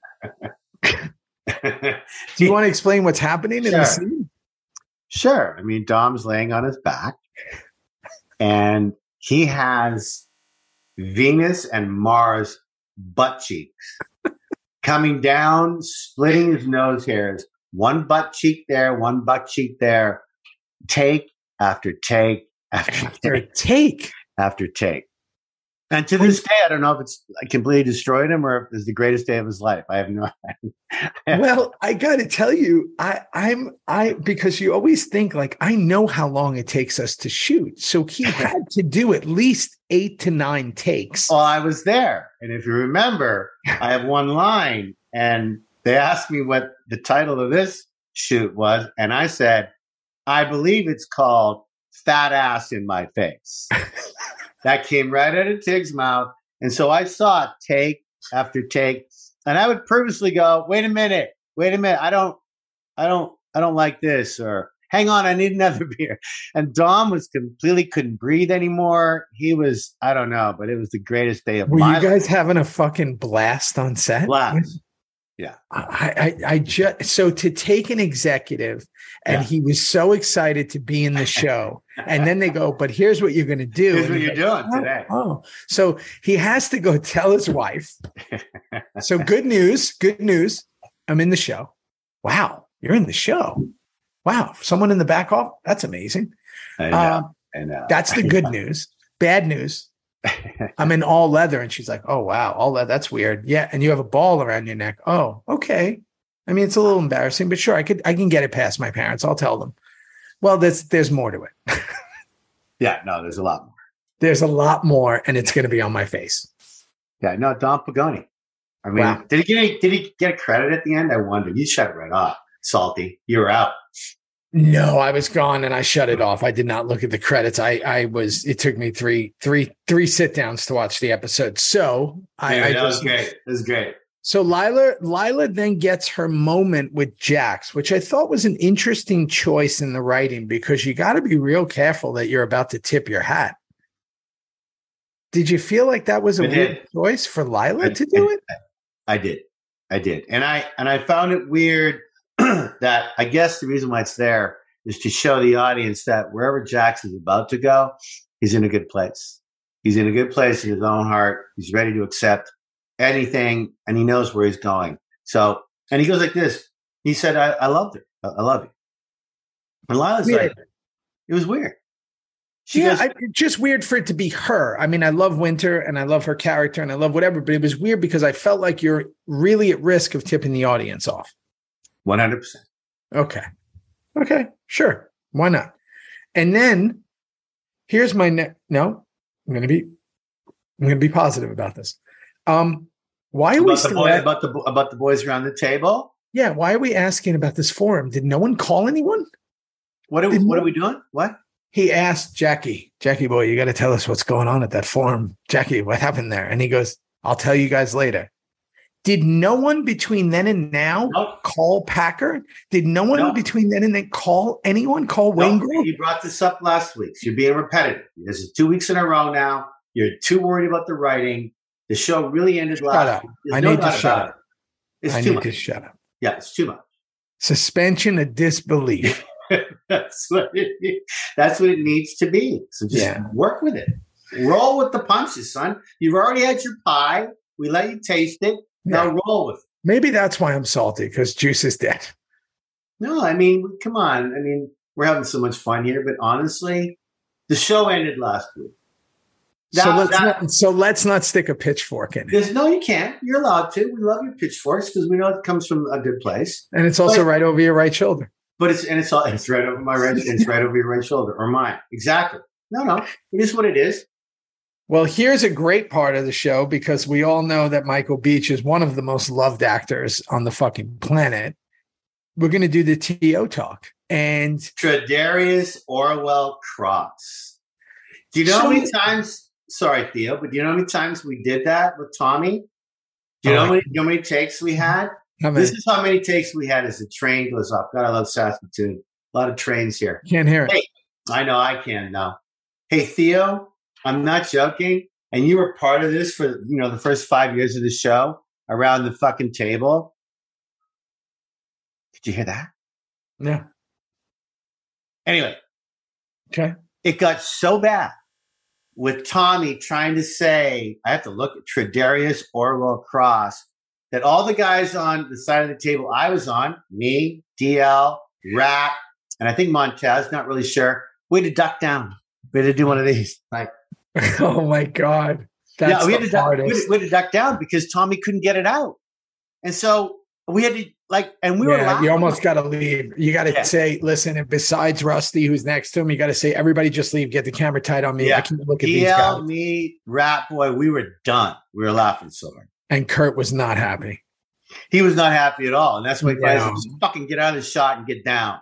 Speaker 1: Do you want to explain what's happening in
Speaker 2: Sure.
Speaker 1: the scene?
Speaker 2: Sure. I mean, Dom's laying on his back and he has Venus and Mars butt cheeks coming down, splitting his nose hairs. One butt cheek there, one butt cheek there. Take after take after
Speaker 1: Their
Speaker 2: take
Speaker 1: take.
Speaker 2: after take. And to this day, I don't know if it's completely destroyed him or if it's the greatest day of his life. I have no.
Speaker 1: Well, I got to tell you, I, I'm I because you always think like I know how long it takes us to shoot. So he had to do at least eight to nine takes.
Speaker 2: Well, I was there. And if you remember, I have one line, and they asked me what the title of this shoot was. And I said, I believe it's called Fat Ass in My Face. that came right out of Tig's mouth. And so I saw it take after take. And I would purposely go, wait a minute, wait a minute. I don't, I don't, I don't like this. Or hang on, I need another beer. And Dom was completely couldn't breathe anymore. He was, I don't know, but it was the greatest day of
Speaker 1: Were
Speaker 2: my
Speaker 1: you guys having a fucking blast on set?
Speaker 2: life.
Speaker 1: I, I, I just so to take an executive, and
Speaker 2: Yeah.
Speaker 1: he was so excited to be in the show, and then they go, "But here's what you're going to do."
Speaker 2: Here's
Speaker 1: And
Speaker 2: what
Speaker 1: he's
Speaker 2: you're
Speaker 1: like,
Speaker 2: doing today.
Speaker 1: Oh, so he has to go tell his wife. so good news, good news. I'm in the show. Wow, you're in the show. Wow, someone in the back off. That's amazing.
Speaker 2: I know.
Speaker 1: Um,
Speaker 2: I know.
Speaker 1: that's the good news. Bad news. I'm in all leather. And she's like, oh, wow, all leather. That's weird. Yeah. And you have a ball around your neck. Oh, okay. I mean, it's a little embarrassing, but sure, I could, I can get it past my parents. I'll tell them. Well, there's, there's more to it.
Speaker 2: yeah, no, there's a lot more.
Speaker 1: There's a lot more, and it's going to be on my face.
Speaker 2: Yeah, no, Don Pagoni. I mean,
Speaker 1: Wow.
Speaker 2: did he get any, did he get credit at the end? I wonder. You shut it right off, Salty. You were out.
Speaker 1: No, I was gone and I shut it off. I did not look at the credits. I, I was, it took me three, three, three sit downs to watch the episode. So I,
Speaker 2: Anyway,
Speaker 1: I
Speaker 2: that
Speaker 1: just,
Speaker 2: was great. That was great.
Speaker 1: So Lila Lila then gets her moment with Jax, which I thought was an interesting choice in the writing because you got to be real careful that you're about to tip your hat. Did you feel like that was a
Speaker 2: I
Speaker 1: weird
Speaker 2: did.
Speaker 1: choice for Lila
Speaker 2: I-
Speaker 1: to do it?
Speaker 2: I did. I did. And I and I found it weird that I guess the reason why it's there is to show the audience that wherever Jackson's about to go, he's in a good place. He's in a good place in his own heart. He's ready to accept anything and he knows where he's going. So and he goes like this. He said, I, I loved her. I, I love you. And Lila's
Speaker 1: Weird.
Speaker 2: like, it was weird. She
Speaker 1: Yeah,
Speaker 2: goes,
Speaker 1: I, just weird for it to be her. I mean, I love Winter and I love her character and I love whatever, but it was weird because I felt like you're really at risk of tipping the audience off.
Speaker 2: 100%.
Speaker 1: Okay. Okay. Sure. Why not? And then here's my ne- no, I'm gonna be I'm gonna be positive about this. Um why are we
Speaker 2: About the,
Speaker 1: still
Speaker 2: boy,
Speaker 1: at-
Speaker 2: about, the, bo- about the boys around the table.
Speaker 1: yeah, why are we asking about this forum? Did no one call anyone?
Speaker 2: What are, we-
Speaker 1: Didn't-
Speaker 2: what are we doing? What?
Speaker 1: He asked Jackie, Jackie boy, you gotta tell us what's going on at that forum. Jackie, what happened there? And he goes, I'll tell you guys later. Did no one between then and now
Speaker 2: Nope.
Speaker 1: call Packer? Did no one
Speaker 2: No.
Speaker 1: between then and then call anyone? Call Wayne
Speaker 2: Nope,
Speaker 1: Grove?
Speaker 2: You brought this up last week. So you're being repetitive. This is two weeks in a row now. You're too worried about the writing. The show really ended last
Speaker 1: Shut up.
Speaker 2: week. There's
Speaker 1: I
Speaker 2: no
Speaker 1: need to
Speaker 2: doubt
Speaker 1: shut
Speaker 2: about
Speaker 1: up.
Speaker 2: it. It's
Speaker 1: I
Speaker 2: too
Speaker 1: need
Speaker 2: much.
Speaker 1: to shut up.
Speaker 2: Yeah, it's too much.
Speaker 1: Suspension of disbelief.
Speaker 2: That's what it, that's what it needs to be. So just
Speaker 1: Yeah.
Speaker 2: work with it. Roll with the punches, son. You've already had your pie. We let you taste it.
Speaker 1: Yeah.
Speaker 2: Now roll with it.
Speaker 1: Maybe that's why I'm salty because Juice is dead.
Speaker 2: No, I mean, come on. I mean, we're having so much fun here, but honestly, the show ended last week.
Speaker 1: so
Speaker 2: That-
Speaker 1: let's
Speaker 2: that-
Speaker 1: not, so let's not stick a pitchfork in it.
Speaker 2: There's no, you can't. You're allowed to. We love your pitchforks because we know it comes from a good place.
Speaker 1: And it's also
Speaker 2: But-
Speaker 1: right over your right shoulder.
Speaker 2: But it's and it's all it's right over my right. It's right over your right shoulder or mine. Exactly. No, no. It is what it is.
Speaker 1: Well, here's a great part of the show because we all know that Michael Beach is one of the most loved actors on the fucking planet. We're going to do the TO talk. And
Speaker 2: Tradarius Orwell Cross. Do you know
Speaker 1: So-
Speaker 2: how many times? Sorry, Theo, but do you know how many times we did that with Tommy? Do you know
Speaker 1: Oh,
Speaker 2: how many, you know how many takes we had?
Speaker 1: I mean,
Speaker 2: This is how many takes we had as the train goes off. God, I love Saskatoon. A lot of trains here.
Speaker 1: can't hear it.
Speaker 2: Hey. I know I can now. Hey, Theo, I'm not joking. And you were part of this for you know the first five years of the show around the fucking table. Did you hear that?
Speaker 1: Yeah.
Speaker 2: Anyway,
Speaker 1: Okay.
Speaker 2: it got so bad with Tommy trying to say, I have to look at Tradarius Orwell Cross, that all the guys on the side of the table I was on, me, DL, Rat, and I think Montez, not really sure, we had to duck down. We had to do one of these. Like,
Speaker 1: oh my God. That's
Speaker 2: yeah, we had,
Speaker 1: the
Speaker 2: to duck, we, had
Speaker 1: hardest.
Speaker 2: to, we had to duck down because Tommy couldn't get it out. And so we had to, like, and we were
Speaker 1: yeah,
Speaker 2: laughing.
Speaker 1: you almost got to leave. You got to
Speaker 2: Yeah.
Speaker 1: say, listen, and besides Rusty, who's next to him, you got to say, everybody just leave, get the camera tight on me.
Speaker 2: Yeah. uh,
Speaker 1: I can't look at these guys.
Speaker 2: DL, me, Rat Boy, we were done. We were laughing so hard.
Speaker 1: And Kurt was not happy.
Speaker 2: he was not happy at all. And that's why he
Speaker 1: Yeah.
Speaker 2: yeah. just fucking get out of the shot and get down.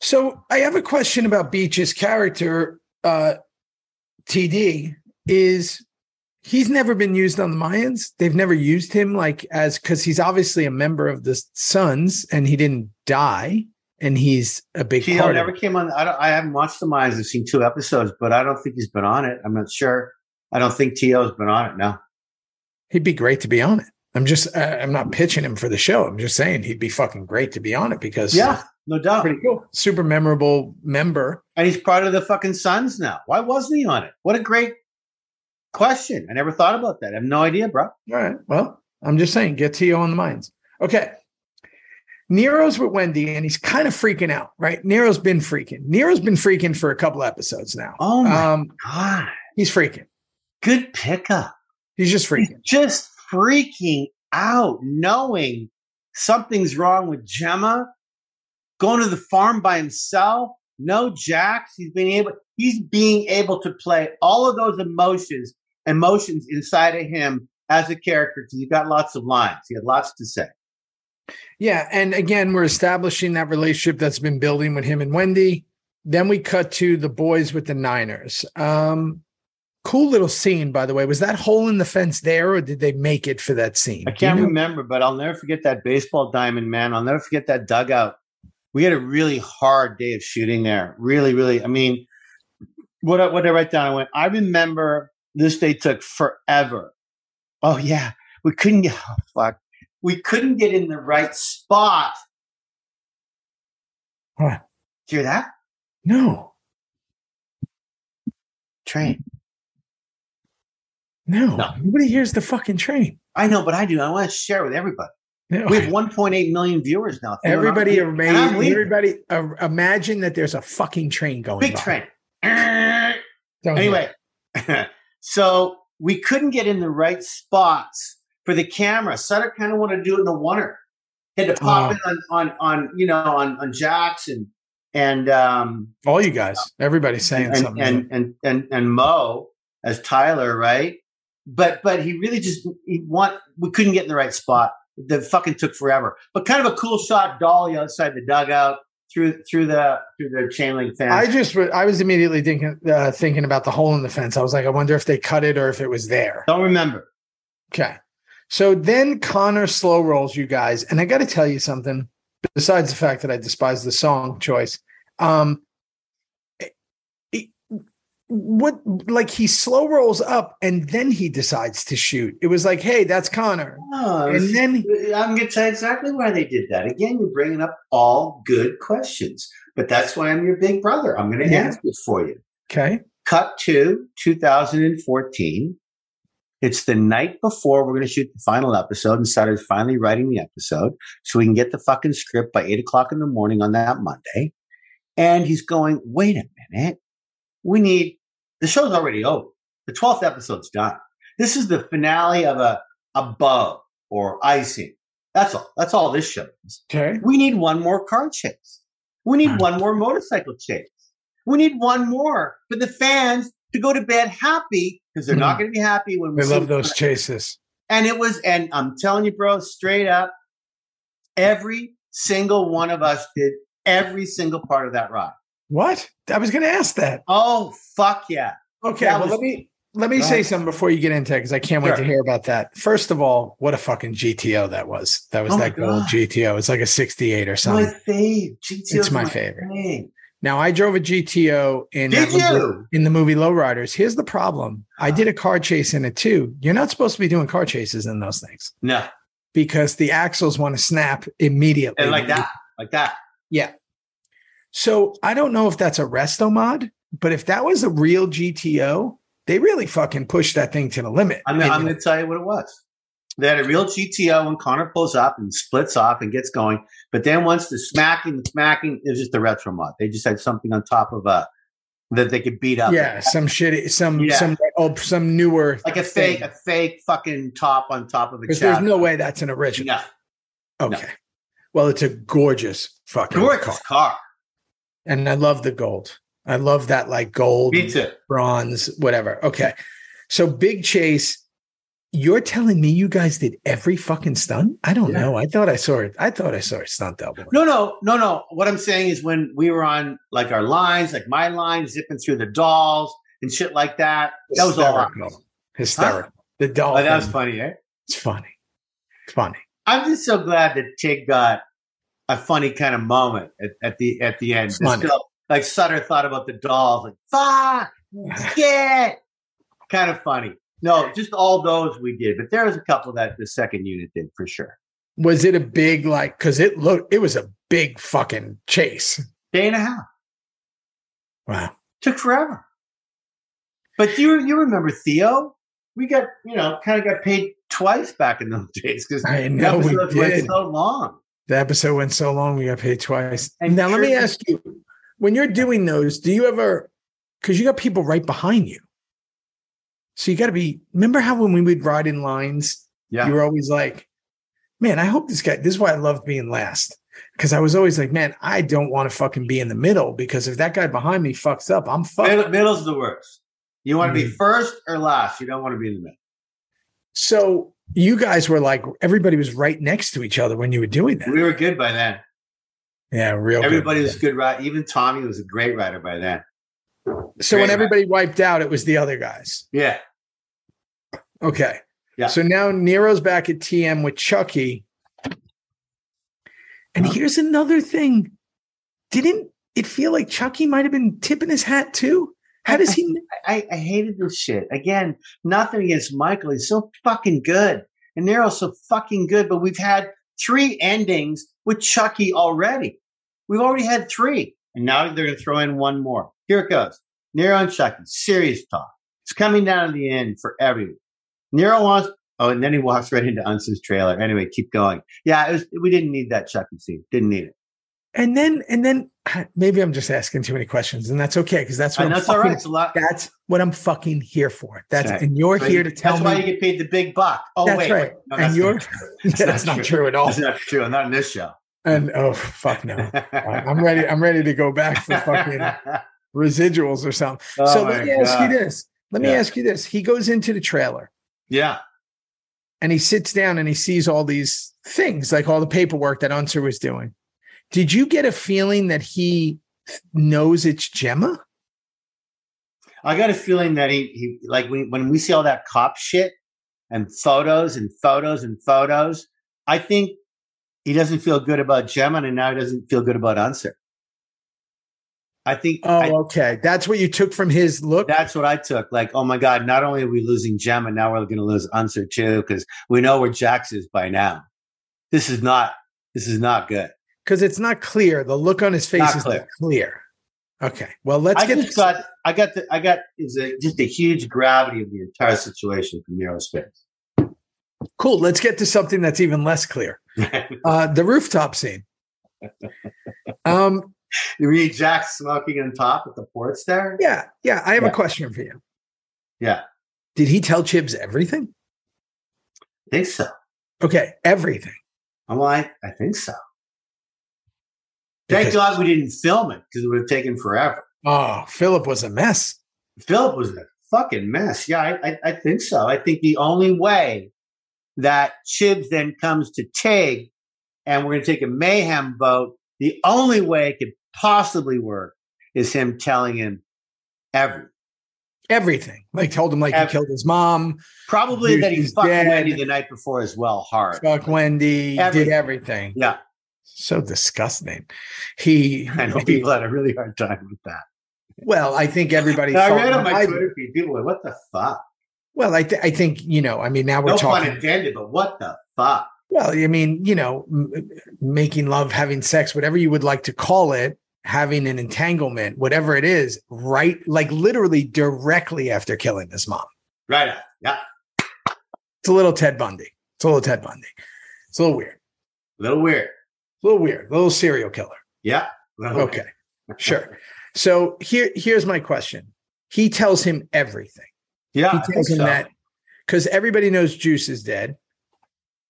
Speaker 1: So I have a question about Beach's character, uh, TD, is he's never been used on the Mayans. They've never used him like as because he's obviously a member of the Suns and he didn't die and he's a big
Speaker 2: Tito
Speaker 1: part
Speaker 2: never
Speaker 1: of it.
Speaker 2: came on. I, don't, I haven't watched the Mines. I've seen two episodes, but I don't think he's been on it. I'm not sure. I don't think Tito's been on it. No.
Speaker 1: He'd be great to be on it. I'm just uh, I'm not pitching him for the show. I'm just saying he'd be fucking great to be on it because
Speaker 2: Yeah, no doubt.
Speaker 1: pretty cool, super memorable member.
Speaker 2: And he's part of the fucking Suns now. Why wasn't he on it? What a great question. I never thought about that. I have no idea, bro.
Speaker 1: All right. Well, I'm just saying, get Tio on the minds. Okay. Nero's with Wendy and he's kind of freaking out, right? Nero's been freaking. Nero's been freaking for a couple episodes now.
Speaker 2: Oh my
Speaker 1: Um,
Speaker 2: God.
Speaker 1: he's freaking.
Speaker 2: Good pickup.
Speaker 1: He's just freaking.
Speaker 2: Just freaking out, knowing something's wrong with Gemma, going to the farm by himself, no jacks. He's being able he's being able to play all of those emotions, emotions inside of him as a character because he got lots of lines. He had lots to say.
Speaker 1: Yeah. And again, we're establishing that relationship that's been building with him and Wendy. Then we cut to the boys with the Niners. Um, cool little scene, by the way. Was that hole in the fence there or did they make it for that scene?
Speaker 2: I can't
Speaker 1: Do you know?
Speaker 2: remember, but I'll never forget that baseball diamond, man. I'll never forget that dugout. We had a really hard day of shooting there. Really, really. I mean, what I, what I write down, I went, I remember this day took forever. Oh, yeah. We couldn't get, oh, fuck. We couldn't get in the right spot.
Speaker 1: What?
Speaker 2: Did you hear that?
Speaker 1: No,
Speaker 2: Train.
Speaker 1: no,
Speaker 2: No.
Speaker 1: Nobody hears the fucking train.
Speaker 2: I know, but I do. I want to share with everybody.
Speaker 1: No.
Speaker 2: We have 1.8 million viewers now.
Speaker 1: Everybody,
Speaker 2: And I'm
Speaker 1: imagine,
Speaker 2: leaving.
Speaker 1: everybody, uh, imagine that there's a fucking train going.
Speaker 2: Big
Speaker 1: by.
Speaker 2: train.
Speaker 1: Don't hear it.
Speaker 2: Anyway, so we couldn't get in the right spots for the camera. Sutter kind of wanted to do it in the winter. Had to
Speaker 1: Oh.
Speaker 2: pop in on, on on you know on on Jax and and um
Speaker 1: all you guys, everybody's saying
Speaker 2: and
Speaker 1: something.
Speaker 2: and, and and and Mo as Tyler, right? But but he really just he want we couldn't get in the right spot. The fucking took forever. But kind of a cool shot dolly outside the dugout through through the through the chain link fence.
Speaker 1: I just, wa- I was immediately thinking, uh, thinking about the hole in the fence. I was like, I wonder if they cut it or if it was there.
Speaker 2: don't remember.
Speaker 1: Okay. So then Connor slow rolls you guys, and I got to tell you something. Besides the fact that I despise the song choice, um, it- it- what like he slow rolls up and then he decides to shoot. It was like, hey, that's Connor,
Speaker 2: Oh,
Speaker 1: and then
Speaker 2: I'm going to tell you exactly why they did that. Again, you're bringing up all good questions, but that's why I'm your big brother. I'm going to
Speaker 1: Yeah.
Speaker 2: answer it for you.
Speaker 1: okay,
Speaker 2: Cut to 2014. It's the night before we're going to shoot the final episode, and started finally writing the episode so we can get the fucking script by eight o'clock in the morning on that Monday. And he's going, wait a minute. We need the show's already over. The 12th episode's done. This is the finale of a, a bow or icing. That's all. That's all this show is.
Speaker 1: okay,
Speaker 2: We need one more car chase. We need
Speaker 1: Wow.
Speaker 2: one more motorcycle chase. We need one more for the fans to go to bed happy because they're not going to be happy when we
Speaker 1: we
Speaker 2: see-
Speaker 1: Hmm. love those chases.
Speaker 2: And it was, and I'm telling you, bro, straight up, every single one of us did every single part of that ride.
Speaker 1: What I was going to ask that.
Speaker 2: Oh fuck yeah!
Speaker 1: Okay,
Speaker 2: That
Speaker 1: well
Speaker 2: was-
Speaker 1: let me let me
Speaker 2: Go
Speaker 1: say
Speaker 2: ahead.
Speaker 1: something before you get into it because I can't wait to
Speaker 2: Sure.
Speaker 1: hear about that. First of all, what a fucking GTO that was. That was
Speaker 2: Oh my
Speaker 1: that gold
Speaker 2: God.
Speaker 1: GTO. It's like a '68 or
Speaker 2: my
Speaker 1: something.
Speaker 2: fave. GTO.
Speaker 1: it's my favorite. Now I drove a GTO in that
Speaker 2: Did
Speaker 1: movie-
Speaker 2: you? Ah.
Speaker 1: in the movie Lowriders. Here's the problem: I did a car chase in it too. You're not supposed to be doing car chases in those things
Speaker 2: No,
Speaker 1: because the axles want to snap immediately.
Speaker 2: and like that, like that.
Speaker 1: So I don't know if that's a resto mod, but if that was a real GTO, they really fucking pushed that thing to the limit.
Speaker 2: I'm, I'm
Speaker 1: And-
Speaker 2: going to tell you what it was. They had a real GTO when Connor pulls up and splits off and gets going. But then once the smacking, the smacking, it was just the retro mod. They just had something on top of a that they could beat up.
Speaker 1: Yeah, some shitty, some
Speaker 2: Yeah.
Speaker 1: some oh, some newer
Speaker 2: Like a fake, a fake fucking top on top of a
Speaker 1: because there's
Speaker 2: chassis.
Speaker 1: no way that's an original.
Speaker 2: Yeah.
Speaker 1: okay, well, it's a gorgeous fucking car,
Speaker 2: Gorgeous car.
Speaker 1: and I love the gold. I love that like gold,
Speaker 2: Me too.
Speaker 1: bronze, whatever. Okay, so big chase. You're telling me you guys did every fucking stunt? I don't
Speaker 2: Yeah.
Speaker 1: know. I thought I saw it. I thought I saw a stunt double.
Speaker 2: No, no, no, no. What I'm saying is when we were on like our lines, like my line, zipping through the dolls and shit like that. That was all.
Speaker 1: Hysterical. hysterical. The doll.
Speaker 2: Oh, that was
Speaker 1: thing.
Speaker 2: funny, eh?
Speaker 1: It's funny. It's funny.
Speaker 2: I'm just so glad that Tig got a funny kind of moment at, at the at the end. Just
Speaker 1: Funny.
Speaker 2: felt like Sutter thought about the dolls, like fuck, shit, kind of funny. No, just all those we did, but there was a couple that the second unit did for sure.
Speaker 1: Was it a big like? Because it looked. It was a big fucking chase.
Speaker 2: Day and a half
Speaker 1: Wow.
Speaker 2: took forever. But do you you remember Theo? We got you know kind of got paid twice back in those days because
Speaker 1: I know we did.
Speaker 2: went so long.
Speaker 1: The episode went so long, we got paid twice.
Speaker 2: And
Speaker 1: now, let me
Speaker 2: sure-
Speaker 1: ask you when you're doing those, do you ever, because you got people right behind you. So you got to be, remember how when we would ride in lines,
Speaker 2: Yeah,
Speaker 1: you were always like, man, I hope this guy, this is why I loved being last. Because I was always like, man, I don't want to fucking be in the middle because if that guy behind me fucks up, I'm fucked.
Speaker 2: Middle, middle's the worst. You want to be
Speaker 1: Mm.
Speaker 2: first or last. You don't want to be in the middle.
Speaker 1: So you guys were like, everybody was right next to each other when you were doing that.
Speaker 2: We were good by then.
Speaker 1: Yeah, real good.
Speaker 2: Everybody was a good rider. Even Tommy was a great rider by then.
Speaker 1: So when
Speaker 2: great.
Speaker 1: everybody wiped out, it was the other guys.
Speaker 2: Yeah.
Speaker 1: Okay.
Speaker 2: Yeah.
Speaker 1: So now Nero's back at TM with Chucky. And
Speaker 2: Huh.
Speaker 1: here's another thing. Didn't it feel like Chucky might have been tipping his hat too? How does he?
Speaker 2: I, I hated this shit. Again, nothing against Michael. He's so fucking good. And Nero's so fucking good, but we've had three endings with Chucky already. We've already had three. And now they're going to throw in one more. Here it goes. Nero and Chucky, serious talk. It's coming down to the end for everyone. Nero wants, oh, and then he walks right into Unsu's trailer. Anyway, keep going. Yeah, it was, we didn't need that Chucky scene. Didn't need it.
Speaker 1: And then, and then maybe I'm just asking too many questions, and that's okay because that's what
Speaker 2: And
Speaker 1: I'm
Speaker 2: that's all
Speaker 1: fucking-
Speaker 2: right. It's a lot.
Speaker 1: That's what I'm fucking here for. That's
Speaker 2: Right.
Speaker 1: and you're
Speaker 2: Right.
Speaker 1: here to tell
Speaker 2: that's
Speaker 1: me.
Speaker 2: why you get paid the big buck. Oh
Speaker 1: that's
Speaker 2: wait,
Speaker 1: right.
Speaker 2: No,
Speaker 1: and
Speaker 2: that's
Speaker 1: you're
Speaker 2: not
Speaker 1: that's,
Speaker 2: true.
Speaker 1: not true at all.
Speaker 2: That's not true. Not in this show.
Speaker 1: And oh fuck no, I'm ready. I'm ready to go back for fucking residuals or something.
Speaker 2: Oh
Speaker 1: so
Speaker 2: my
Speaker 1: let me ask
Speaker 2: God.
Speaker 1: you this. Let me
Speaker 2: Yeah.
Speaker 1: ask you this. He goes into the trailer
Speaker 2: Yeah,
Speaker 1: and he sits down and he sees all these things, like all the paperwork that Unser was doing. Did you get a feeling that he knows it's Gemma?
Speaker 2: I got a feeling that he, he like when, when we see all that cop shit, and photos and photos and photos. I think he doesn't feel good about Gemini, and now he doesn't feel good about Unser. I think
Speaker 1: Oh,
Speaker 2: I-
Speaker 1: okay. That's what you took from his look.
Speaker 2: that's what I took. Like, oh my God, not only are we losing Gemma, now we're going to lose Unser too, because we know where Jax is by now. This is not, this is not good.
Speaker 1: Because it's not clear. The look on his face
Speaker 2: Not
Speaker 1: is not clear. Okay. Well, let's
Speaker 2: I
Speaker 1: get
Speaker 2: just got, I got, the, I got is a, just a huge gravity of the entire situation from aerospace.
Speaker 1: cool. Let's get to something that's even less clear. Uh, the rooftop scene. Um,
Speaker 2: you read Jax smoking on top at the ports there?
Speaker 1: yeah, yeah. I have a
Speaker 2: Yeah.
Speaker 1: question for you.
Speaker 2: Yeah.
Speaker 1: Did he tell Chibs everything?
Speaker 2: I think so.
Speaker 1: Okay, everything.
Speaker 2: I'm like, I think so. Thank
Speaker 1: Because-
Speaker 2: God we didn't film it because it would have taken forever.
Speaker 1: Oh, Philip was a mess.
Speaker 2: Philip was a fucking mess. Yeah, I, I, I think so. I think the only way that Chibs then comes to Tig and we're going to take a mayhem vote, the only way it could possibly work is him telling him everything.
Speaker 1: Everything. Like told him like
Speaker 2: Every-
Speaker 1: he killed his mom,
Speaker 2: Probably
Speaker 1: Dude,
Speaker 2: that he
Speaker 1: he's
Speaker 2: fucked
Speaker 1: dead.
Speaker 2: Wendy the night before as well, hard.
Speaker 1: fuck Wendy,
Speaker 2: Everything.
Speaker 1: did everything.
Speaker 2: Yeah,
Speaker 1: So disgusting. He,
Speaker 2: I know
Speaker 1: he-
Speaker 2: people had a really hard time with that.
Speaker 1: well, I think everybody.
Speaker 2: I
Speaker 1: felt
Speaker 2: read on
Speaker 1: what
Speaker 2: my
Speaker 1: I
Speaker 2: Twitter feed, people were, what the fuck?
Speaker 1: Well, I, th- I think you know. I mean, now we're
Speaker 2: No pun
Speaker 1: talking.
Speaker 2: intended, but what the fuck?
Speaker 1: Well, I mean, you know, m- making love, having sex, whatever you would like to call it, having an entanglement, whatever it is, right? Like literally directly after killing his mom.
Speaker 2: Right. on. Yeah.
Speaker 1: It's a little Ted Bundy. It's a little Ted Bundy. It's a little weird.
Speaker 2: A little weird.
Speaker 1: A little weird. A little serial killer.
Speaker 2: Yeah. a little
Speaker 1: Okay, sure. So here, here's my question. He tells him everything.
Speaker 2: Yeah. I
Speaker 1: he
Speaker 2: think
Speaker 1: tells him
Speaker 2: so.
Speaker 1: that because everybody knows Juice is dead.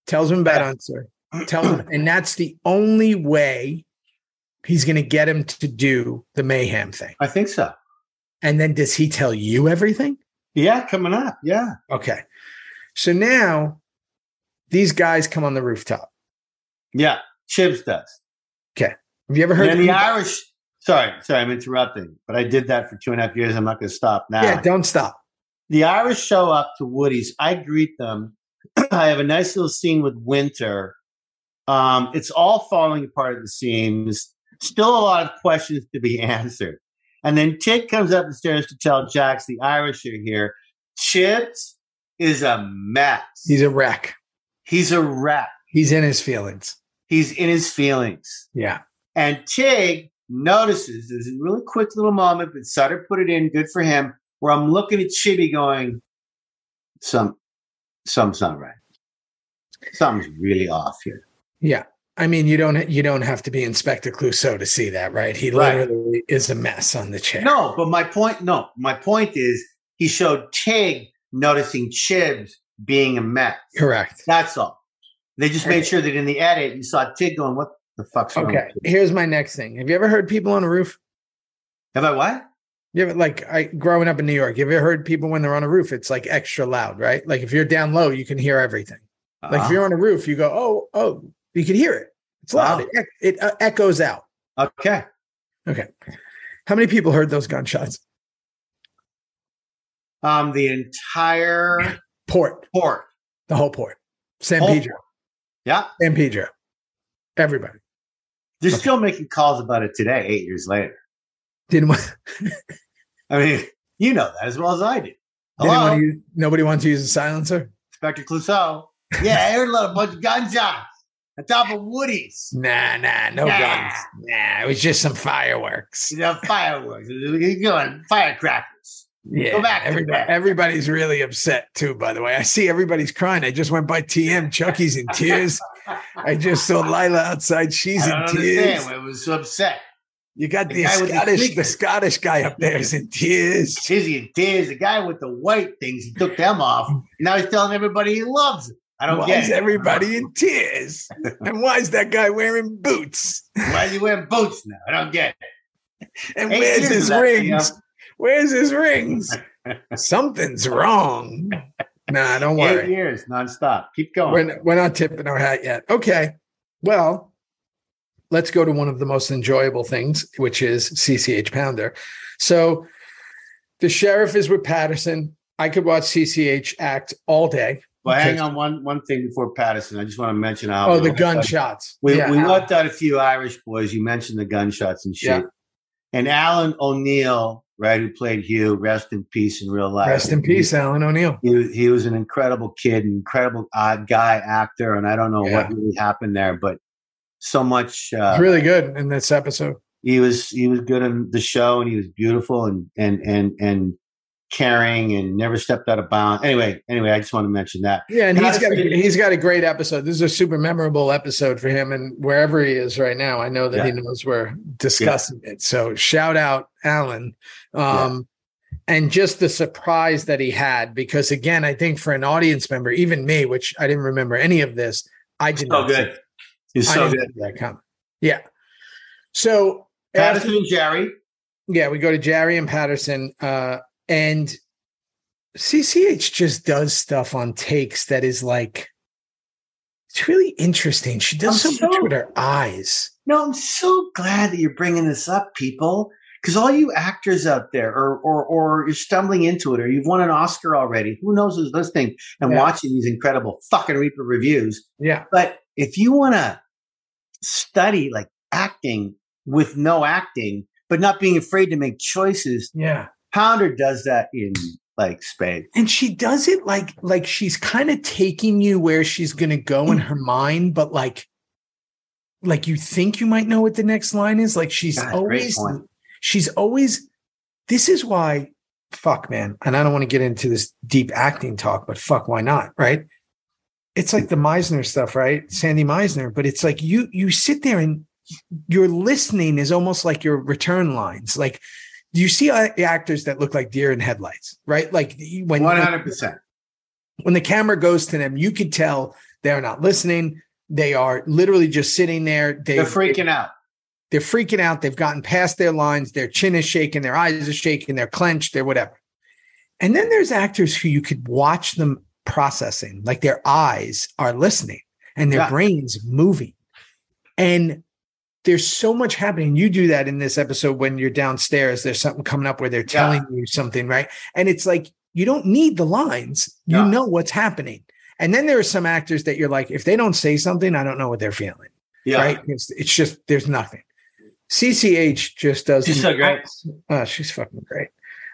Speaker 1: Tells him about Unser. Tells him, and that's the only way he's going to get him to do the mayhem thing.
Speaker 2: I think so.
Speaker 1: And then does he tell you everything?
Speaker 2: Yeah, coming up. Yeah.
Speaker 1: Okay. So now these guys come on the rooftop.
Speaker 2: Yeah. Chibs does.
Speaker 1: Have you ever
Speaker 2: And
Speaker 1: heard?
Speaker 2: then
Speaker 1: of
Speaker 2: the
Speaker 1: them?
Speaker 2: Irish. Sorry, sorry, I'm interrupting, but I did that for two and a half years. I'm not going to stop now.
Speaker 1: yeah, don't stop.
Speaker 2: the Irish show up to Woody's. I greet them. I have a nice little scene with Winter. Um, it's all falling apart at the seams. Still a lot of questions to be answered. And then Tig comes up the stairs to tell Jax the Irish are here. Chips is a mess.
Speaker 1: He's a wreck.
Speaker 2: He's a wreck.
Speaker 1: He's in his feelings.
Speaker 2: He's in his feelings.
Speaker 1: Yeah.
Speaker 2: And Tig notices there's a really quick little moment, but Sutter put it in, good for him, where I'm looking at Chibi going, Some something's not right. Something's really off here.
Speaker 1: Yeah. I mean, you don't you don't have to be Inspector Clouseau to see that, right? He
Speaker 2: Right.
Speaker 1: literally is a mess on the chair.
Speaker 2: No, but my point, no, my point is he showed Tig noticing Chibs being a mess.
Speaker 1: Correct.
Speaker 2: That's all. They just made sure that in the edit you saw Tig going, What the fuck's wrong? with
Speaker 1: Okay.
Speaker 2: you?"
Speaker 1: Here's my next thing. Have you ever heard people on a roof?
Speaker 2: Have I what?
Speaker 1: You ever like I growing up in New York, you ever heard people when they're on a roof? It's like extra loud, right? Like if you're down low, you can hear everything. Like if
Speaker 2: Ah,
Speaker 1: you're on a roof, you go, oh, oh, you can hear it. It's loud.
Speaker 2: Wow.
Speaker 1: It, ec- it uh, echoes out.
Speaker 2: Uh, okay.
Speaker 1: How many people heard those gunshots?
Speaker 2: Um, the entire
Speaker 1: Port,
Speaker 2: port.
Speaker 1: the whole port, San
Speaker 2: Whole
Speaker 1: Pedro,
Speaker 2: Yeah.
Speaker 1: San Pedro, everybody
Speaker 2: They're still making calls about it today, eight years later.
Speaker 1: didn't want,
Speaker 2: I mean, you know that as well as I do.
Speaker 1: didn't
Speaker 2: Hello,
Speaker 1: want to use, nobody wanted to use a silencer.
Speaker 2: Inspector Clouseau. Yeah, I heard a lot of bunch of gunshots on top of Woody's.
Speaker 1: Nah, nah, no
Speaker 2: Nah.
Speaker 1: guns. Nah, it was just some fireworks.
Speaker 2: You know, fireworks. You're going firecrackers.
Speaker 1: Yeah,
Speaker 2: Go back to
Speaker 1: everybody-
Speaker 2: bed.
Speaker 1: everybody's really upset too. By the way, I see everybody's crying. I just went by TM. Chucky's in tears. I just saw Lila outside. She's
Speaker 2: I
Speaker 1: in
Speaker 2: don't
Speaker 1: tears.
Speaker 2: understand why it was so upset.
Speaker 1: You got
Speaker 2: The
Speaker 1: the,
Speaker 2: guy with the
Speaker 1: Scottish, the,
Speaker 2: sneakers.
Speaker 1: Scottish guy up there is in tears.
Speaker 2: Tizzy and Tiz, the guy with the white things, he took them off. Now he's telling everybody he loves it. I don't
Speaker 1: Why
Speaker 2: get
Speaker 1: is
Speaker 2: it.
Speaker 1: everybody in tears? And why is that guy wearing boots?
Speaker 2: Why is he wearing boots now? I don't get it.
Speaker 1: And
Speaker 2: Hey,
Speaker 1: where's
Speaker 2: here's
Speaker 1: his
Speaker 2: that thing,
Speaker 1: rings? Where's his rings? Something's wrong. Nah, don't worry.
Speaker 2: Eight years nonstop. Keep going.
Speaker 1: We're, n- we're not tipping our hat yet. Okay. Well, let's go to one of the most enjoyable things, which is CCH Pounder. So the sheriff is with Patterson. I could watch CCH act all day.
Speaker 2: Well, hang on one one thing before Patterson. I just want to mention how
Speaker 1: Oh, the gunshots.
Speaker 2: We,
Speaker 1: yeah.
Speaker 2: we left out a few Irish boys. You mentioned the gunshots and shit. And Alan O'Neill, right, who played Hugh, rest in peace in real life.
Speaker 1: Rest in peace, Alan O'Neill.
Speaker 2: He, was- he was an incredible kid, an incredible odd guy actor, and I don't know what really happened there, but so much. Uh,
Speaker 1: It's really good in this episode.
Speaker 2: he was he was good on the show, and he was beautiful, and and and and caring, and never stepped out of bounds. Anyway, anyway, I just want to mention that.
Speaker 1: Yeah, and
Speaker 2: Can I
Speaker 1: he's got
Speaker 2: say-
Speaker 1: a, he's got a great episode. This is a super memorable episode for him, and wherever he is right now, I know that he knows we're discussing it. So shout out Alan, um, and just the surprise that he had because again, I think for an audience member, even me, which I didn't remember any of this, I did
Speaker 2: So
Speaker 1: not see
Speaker 2: good. He's
Speaker 1: I
Speaker 2: so
Speaker 1: didn't
Speaker 2: good.
Speaker 1: see that comment. Yeah. So after-
Speaker 2: Patterson and Jerry.
Speaker 1: yeah, we go to Jerry and Patterson, uh, and CCH just does stuff on takes that is like it's really interesting. She does
Speaker 2: I'm
Speaker 1: so much
Speaker 2: so-
Speaker 1: with her eyes.
Speaker 2: No, I'm so glad that you're bringing this up, people. Because all you actors out there, or, or or you're stumbling into it, or you've won an Oscar already. Who knows who's listening and
Speaker 1: Yeah.
Speaker 2: watching these incredible fucking Reaper reviews?
Speaker 1: Yeah,
Speaker 2: But if you want to study like acting with no acting, but not being afraid to make choices,
Speaker 1: yeah,
Speaker 2: Pounder does that in like spades.
Speaker 1: and she does it like like she's kind of taking you where she's gonna go
Speaker 2: Mm.
Speaker 1: in her mind, but like like you think you might know what the next line is. Like she's
Speaker 2: God, great
Speaker 1: always
Speaker 2: point.
Speaker 1: she's always this is why fuck man and i don't want to get into this deep acting talk but fuck why not right it's like the meisner stuff right sandy meisner but it's like you you sit there and your listening is almost like your return lines like you see uh, actors that look like deer in headlights right like you- when
Speaker 2: One hundred percent.
Speaker 1: when the camera goes to them you could tell they're not listening they are literally just sitting there they,
Speaker 2: They're freaking out.
Speaker 1: they're freaking out. They've gotten past their lines. Their chin is shaking. Their eyes are shaking. They're clenched. They're whatever. And then there's actors who you could watch them processing, like their eyes are listening and their
Speaker 2: Yeah.
Speaker 1: brains moving. And there's so much happening. You do that in this episode when you're downstairs. There's something coming up where they're telling you something, right? And it's like you don't need the lines. You
Speaker 2: Yeah.
Speaker 1: know what's happening. And then there are some actors that you're like, if they don't say something, I don't know what they're feeling
Speaker 2: Yeah.
Speaker 1: right? It's, it's just there's nothing. CCH just does.
Speaker 2: She's so great.
Speaker 1: Oh, she's fucking great.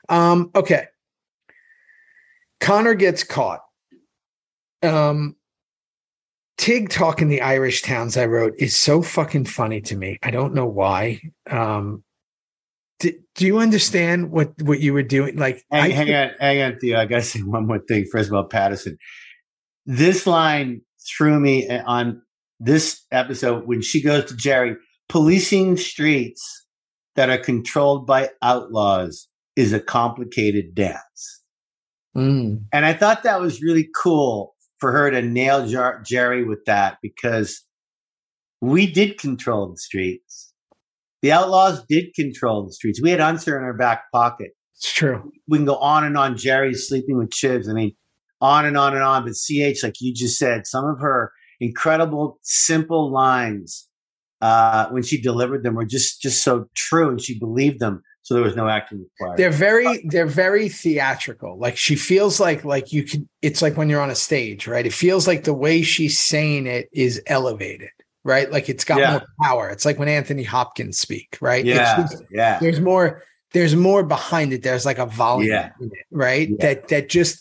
Speaker 1: Um, okay. Connor gets caught. Um, Tig talking the Irish towns I wrote is so fucking funny to me. I don't know why. Um, do, do you understand what what you were doing? Like,
Speaker 2: Hang,
Speaker 1: I,
Speaker 2: hang on, hang on, Theo. I gotta say one more thing. First of all, Patterson. This line threw me eh, on this episode when she goes to Jerry. Policing streets that are controlled by outlaws is a complicated dance.
Speaker 1: Mm,
Speaker 2: And I thought that was really cool for her to nail Jer- Jerry with that because we did control the streets. The outlaws did control the streets. We had Unser in our back pocket
Speaker 1: it's true.
Speaker 2: we can go on and on. Jerry's sleeping with Chibs. I mean, on and on and on. But CH, like you just said, some of her incredible, simple lines uh, when she delivered them were just just so true, and she believed them. So there was no acting required.
Speaker 1: They're very they're very theatrical. Like she feels like like you can it's like when you're on a stage, right? It feels like the way she's saying it is elevated, right? Like it's got
Speaker 2: Yeah.
Speaker 1: more power. It's like when Anthony Hopkins speak, right? It's
Speaker 2: yeah,
Speaker 1: just-
Speaker 2: yeah,
Speaker 1: there's more there's more behind it. There's like a volume
Speaker 2: Yeah.
Speaker 1: in it, right?
Speaker 2: Yeah.
Speaker 1: That that just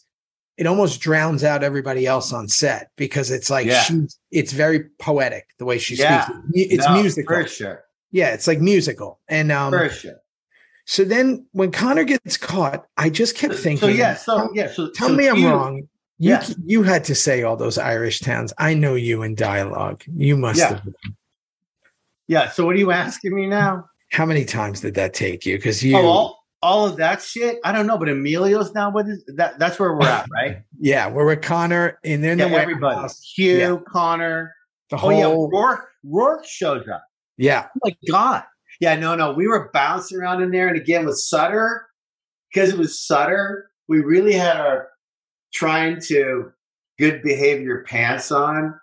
Speaker 1: it almost drowns out everybody else on set because it's like
Speaker 2: Yeah.
Speaker 1: she's it's very poetic the way she
Speaker 2: Yeah.
Speaker 1: speaks. It's
Speaker 2: No,
Speaker 1: musical.
Speaker 2: for sure,
Speaker 1: Yeah, it's like musical. And um
Speaker 2: for sure.
Speaker 1: so then when Connor gets caught, I just kept thinking,
Speaker 2: so yeah, so yeah, so
Speaker 1: tell
Speaker 2: so
Speaker 1: me I'm
Speaker 2: you-
Speaker 1: wrong. You,
Speaker 2: Yeah.
Speaker 1: you had to say all those Irish towns. I know you in dialogue. You must
Speaker 2: Yeah.
Speaker 1: have.
Speaker 2: Yeah, so what are you asking me now?
Speaker 1: How many times did that take you? Because you,
Speaker 2: Oh, all, all of that shit. I don't know, but Emilio's now with us. That, that's where we're at, right?
Speaker 1: yeah, we're with Connor and then
Speaker 2: yeah,
Speaker 1: the
Speaker 2: everybody.
Speaker 1: warehouse,
Speaker 2: Hugh,
Speaker 1: Yeah.
Speaker 2: Connor,
Speaker 1: the
Speaker 2: Oh yeah,
Speaker 1: whole,
Speaker 2: Rourke, Rourke shows up.
Speaker 1: yeah,
Speaker 2: Oh my god. Yeah, no, no. We were bouncing around in there, and again with Sutter, because it was Sutter, we really had our trying to good behavior pants on.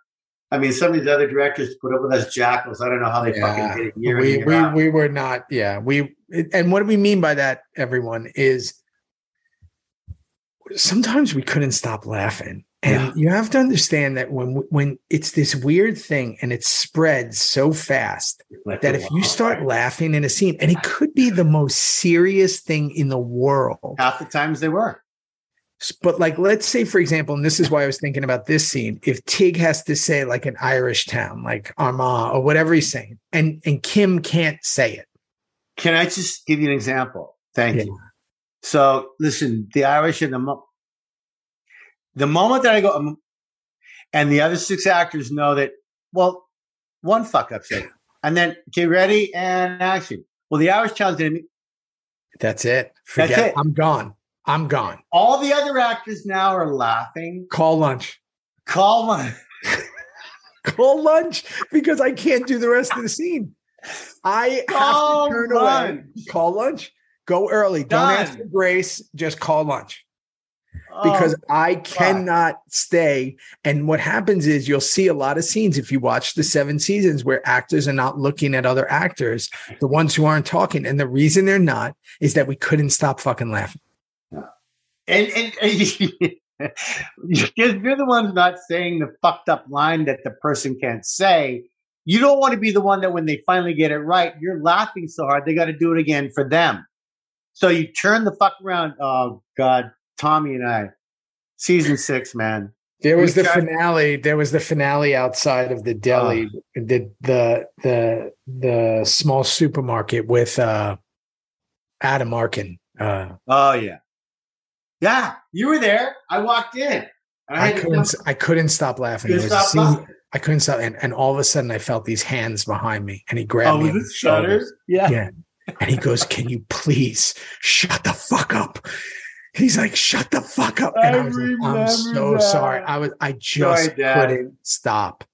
Speaker 2: I mean, some of these other directors put up with us jackals. I don't know how they
Speaker 1: Yeah.
Speaker 2: fucking did it year in,
Speaker 1: we
Speaker 2: year
Speaker 1: we
Speaker 2: out.
Speaker 1: we were not. Yeah, we and what we mean by that, everyone, is sometimes we couldn't stop laughing. And you have to understand that when when it's this weird thing and it spreads so fast
Speaker 2: Like
Speaker 1: that
Speaker 2: a
Speaker 1: if you
Speaker 2: wild
Speaker 1: start
Speaker 2: card.
Speaker 1: laughing in a scene, and it could be the most serious thing in the world,
Speaker 2: half the times they were.
Speaker 1: but like let's say for example and this is why i was thinking about this scene if tig has to say like an irish town like armagh or whatever he's saying and and kim can't say it
Speaker 2: Can I just give you an example? Thank
Speaker 1: Yeah.
Speaker 2: you. So listen, the Irish and the mo- the moment that I go, um, and the other six actors know that. Well, one fuck up's it, and then okay, ready and action. Well, the Irish challenge didn't.
Speaker 1: that's it forget
Speaker 2: That's
Speaker 1: it.
Speaker 2: it.
Speaker 1: i'm gone i'm gone
Speaker 2: All the other actors now are laughing.
Speaker 1: call lunch
Speaker 2: Call one.
Speaker 1: call lunch because i can't do the rest of the scene i have
Speaker 2: Call
Speaker 1: to turn away
Speaker 2: lunch.
Speaker 1: call lunch go early don't ask
Speaker 2: Done. Oh,
Speaker 1: for grace just call lunch because I cannot stay. And what happens is you'll see a lot of scenes if you watch the seven seasons where actors are not looking at other actors, the ones who aren't talking. And the reason they're not is that we couldn't stop fucking laughing.
Speaker 2: And, and, and because you're the one not saying the fucked up line that the person can't say, you don't want to be the one that when they finally get it right, you're laughing so hard they got to do it again for them. So you turn the fuck around. Oh God, Tommy and I, season six, man.
Speaker 1: There was the
Speaker 2: Okay.
Speaker 1: finale. There was the finale outside of the deli,
Speaker 2: Ah.
Speaker 1: the the the the small supermarket with uh, Adam Arkin. Uh,
Speaker 2: Oh yeah, yeah. You were there. I walked in. And I,
Speaker 1: I
Speaker 2: had to
Speaker 1: couldn't. I couldn't stop laughing.
Speaker 2: couldn't
Speaker 1: There was a
Speaker 2: stop
Speaker 1: scene-
Speaker 2: laughing.
Speaker 1: I couldn't stop, and, and all of a sudden I felt these hands behind me, and he grabbed me.
Speaker 2: Oh, was
Speaker 1: on
Speaker 2: it
Speaker 1: the shoulders.
Speaker 2: shutters? Yeah.
Speaker 1: Yeah. And he goes, Can you please shut the fuck up? He's like, Shut the fuck up. And
Speaker 2: I
Speaker 1: I was like, I'm
Speaker 2: remember
Speaker 1: so
Speaker 2: that.
Speaker 1: sorry. I was I just
Speaker 2: Sorry, Dad.
Speaker 1: couldn't stop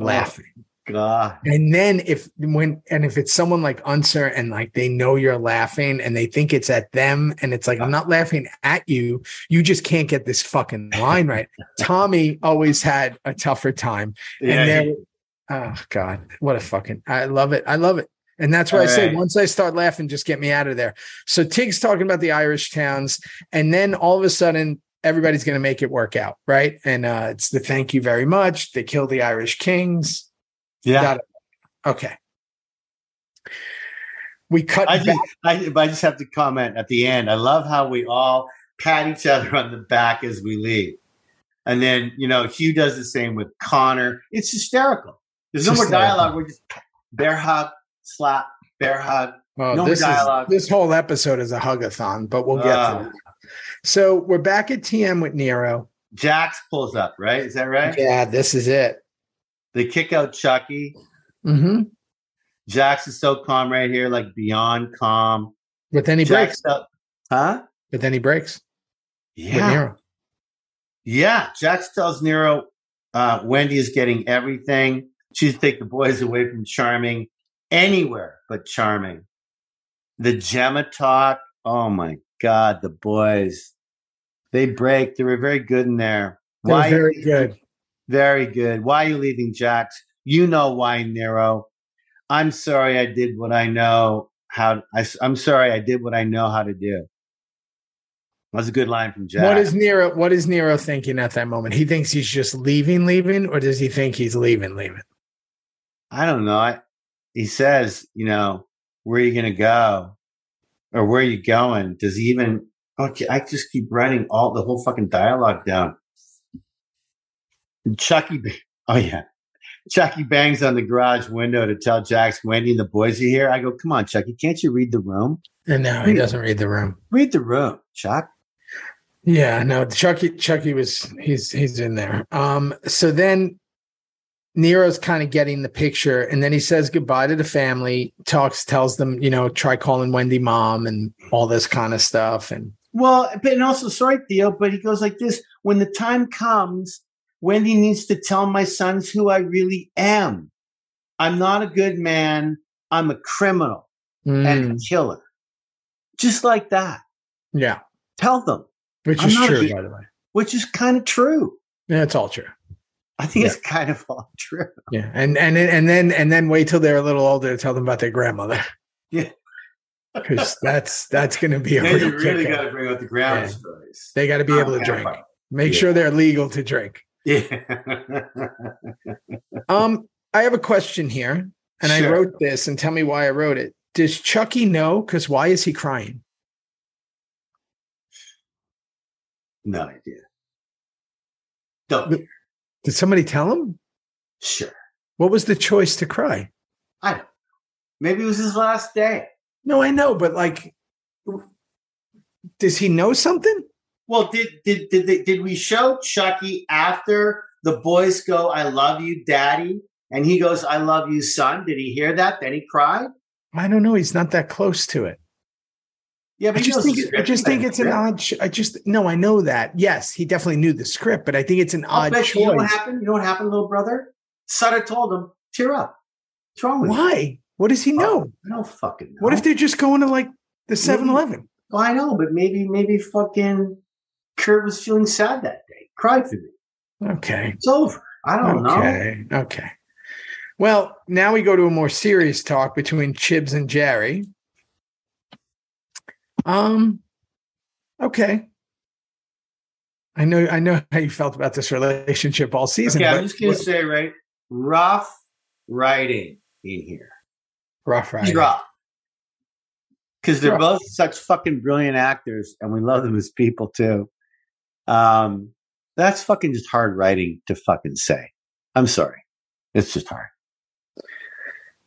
Speaker 2: Oh.
Speaker 1: laughing.
Speaker 2: God.
Speaker 1: And then if when and if it's someone like Unser and like they know you're laughing and they think it's at them and it's like I'm not laughing at you, you just can't get this fucking line right. Tommy always had a tougher time.
Speaker 2: Yeah.
Speaker 1: and then, oh God, what a fucking! I love it. I love it. And that's why I say
Speaker 2: Alright.
Speaker 1: once I start laughing, just get me out of there. So Tig's talking about the Irish towns, and then all of a sudden everybody's going to make it work out, right? And uh, it's the thank you very much. They kill the Irish kings.
Speaker 2: yeah.
Speaker 1: Got it. Okay. We cut
Speaker 2: I
Speaker 1: back.
Speaker 2: just, I, but I just have to comment at the end. I love how we all pat each other on the back as we leave. And then, you know, Hugh does the same with Connor. It's hysterical. There's no more
Speaker 1: Hysterical.
Speaker 2: dialogue. We're just bear hug, slap, bear hug.
Speaker 1: Oh,
Speaker 2: No
Speaker 1: this, is-
Speaker 2: dialogue.
Speaker 1: this whole episode is a hugathon, but we'll get
Speaker 2: Ah.
Speaker 1: to that. So we're back at TM with Nero.
Speaker 2: Jax pulls up, right? Is that right?
Speaker 1: Yeah, this is it.
Speaker 2: They kick out Chucky.
Speaker 1: Mm-hmm.
Speaker 2: Jax is so calm right here, like beyond calm.
Speaker 1: But then he breaks.
Speaker 2: Jax up. Huh?
Speaker 1: But then he breaks. with
Speaker 2: Yeah.
Speaker 1: Nero.
Speaker 2: Yeah, Jax tells Nero uh, Wendy is getting everything. She's take the boys away from charming anywhere but charming. The Gemma talk. Oh my God, the boys. They break. They were very good in there.
Speaker 1: They're
Speaker 2: Why?
Speaker 1: very good.
Speaker 2: very good. Why are you leaving Jax? You know why, Nero. I'm sorry I did what I know how. I, am sorry I did what I know how to do. That's a good line from Jax.
Speaker 1: What is Nero? What is Nero thinking at that moment? He thinks he's just leaving, leaving, or does he think he's leaving, leaving?
Speaker 2: I don't know. I, he says, you know, where are you going to go? Or where are you going? Does he even, okay, I just keep writing all the whole fucking dialogue down. Chucky, ba- oh yeah. Chucky bangs on the garage window to tell Jax Wendy and the boys are here. I go, come on, Chucky, can't you read the room?
Speaker 1: And no, he doesn't read the room.
Speaker 2: Read the room, Chuck.
Speaker 1: Yeah, no, Chucky. Chucky was he's he's in there. Um, so then Nero's kind of getting the picture, and then he says goodbye to the family. Talks, tells them, you know, try calling Wendy mom and all this kind of stuff. And
Speaker 2: Well, but and also sorry, Theo, but he goes like this: when the time comes, Wendy needs to tell my sons who I really am. I'm not a good man. I'm a criminal and
Speaker 1: Mm,
Speaker 2: a killer. Just like that.
Speaker 1: yeah,
Speaker 2: Tell them,
Speaker 1: which
Speaker 2: I'm
Speaker 1: is
Speaker 2: not a
Speaker 1: true,
Speaker 2: big-
Speaker 1: by the way.
Speaker 2: which is kind of true.
Speaker 1: Yeah, it's all true.
Speaker 2: I think it's kind of all true.
Speaker 1: Yeah, and and and then and then wait till they're a little older to tell them about their grandmother.
Speaker 2: Yeah.
Speaker 1: because that's that's going to be a
Speaker 2: Then
Speaker 1: real
Speaker 2: you really
Speaker 1: kicker.
Speaker 2: got to bring out the ground
Speaker 1: Yeah.
Speaker 2: stories.
Speaker 1: They got to be able to
Speaker 2: Yeah.
Speaker 1: drink. Make sure they're legal to drink.
Speaker 2: Yeah.
Speaker 1: Um, I have a question here, and I
Speaker 2: Sure.
Speaker 1: wrote this, and tell me why I wrote it. Does Chucky know? Because why is he crying?
Speaker 2: no idea. Don't.
Speaker 1: But- Did somebody tell him?
Speaker 2: Sure.
Speaker 1: What was the choice to cry?
Speaker 2: I don't know. Maybe it was his last day.
Speaker 1: No, I know, but like, does he know something?
Speaker 2: Well, did did did they, did we show Chucky after the boys go, "I love you, Daddy," and he goes, "I love you, son"? Did he hear that? Then he cried.
Speaker 1: I don't know. He's not that close to it.
Speaker 2: Yeah,
Speaker 1: I
Speaker 2: but he
Speaker 1: just
Speaker 2: knows the
Speaker 1: think it- I
Speaker 2: script.
Speaker 1: just
Speaker 2: He read
Speaker 1: think
Speaker 2: the
Speaker 1: it's an
Speaker 2: script.
Speaker 1: odd. Sh- I just no, I know that. Yes, he definitely knew the script, but I think it's an
Speaker 2: I'll
Speaker 1: odd
Speaker 2: bet you, you know what
Speaker 1: choice.
Speaker 2: happened? You know what happened, little brother? Sutter told him, "Tear up." What's wrong with you?
Speaker 1: Why? What does
Speaker 2: Oh,
Speaker 1: he know?
Speaker 2: I don't fucking know.
Speaker 1: What if they're just going to like the 7-Eleven?
Speaker 2: Well, I know, but maybe maybe fucking Kurt was feeling sad that day. Cried for me.
Speaker 1: Okay.
Speaker 2: It's over. I don't know.
Speaker 1: Okay. Okay. Well, now we go to a more serious talk between Chibs and Jerry. Um okay. I know I know how you felt about this relationship all season.
Speaker 2: Okay,
Speaker 1: but
Speaker 2: I'm just gonna say, right? Rough writing in here.
Speaker 1: rough ride.
Speaker 2: He's rough. Because they're
Speaker 1: Rough.
Speaker 2: both such fucking brilliant actors, and we love them as people too. Um, that's fucking just hard writing to fucking say. I'm sorry, it's just hard.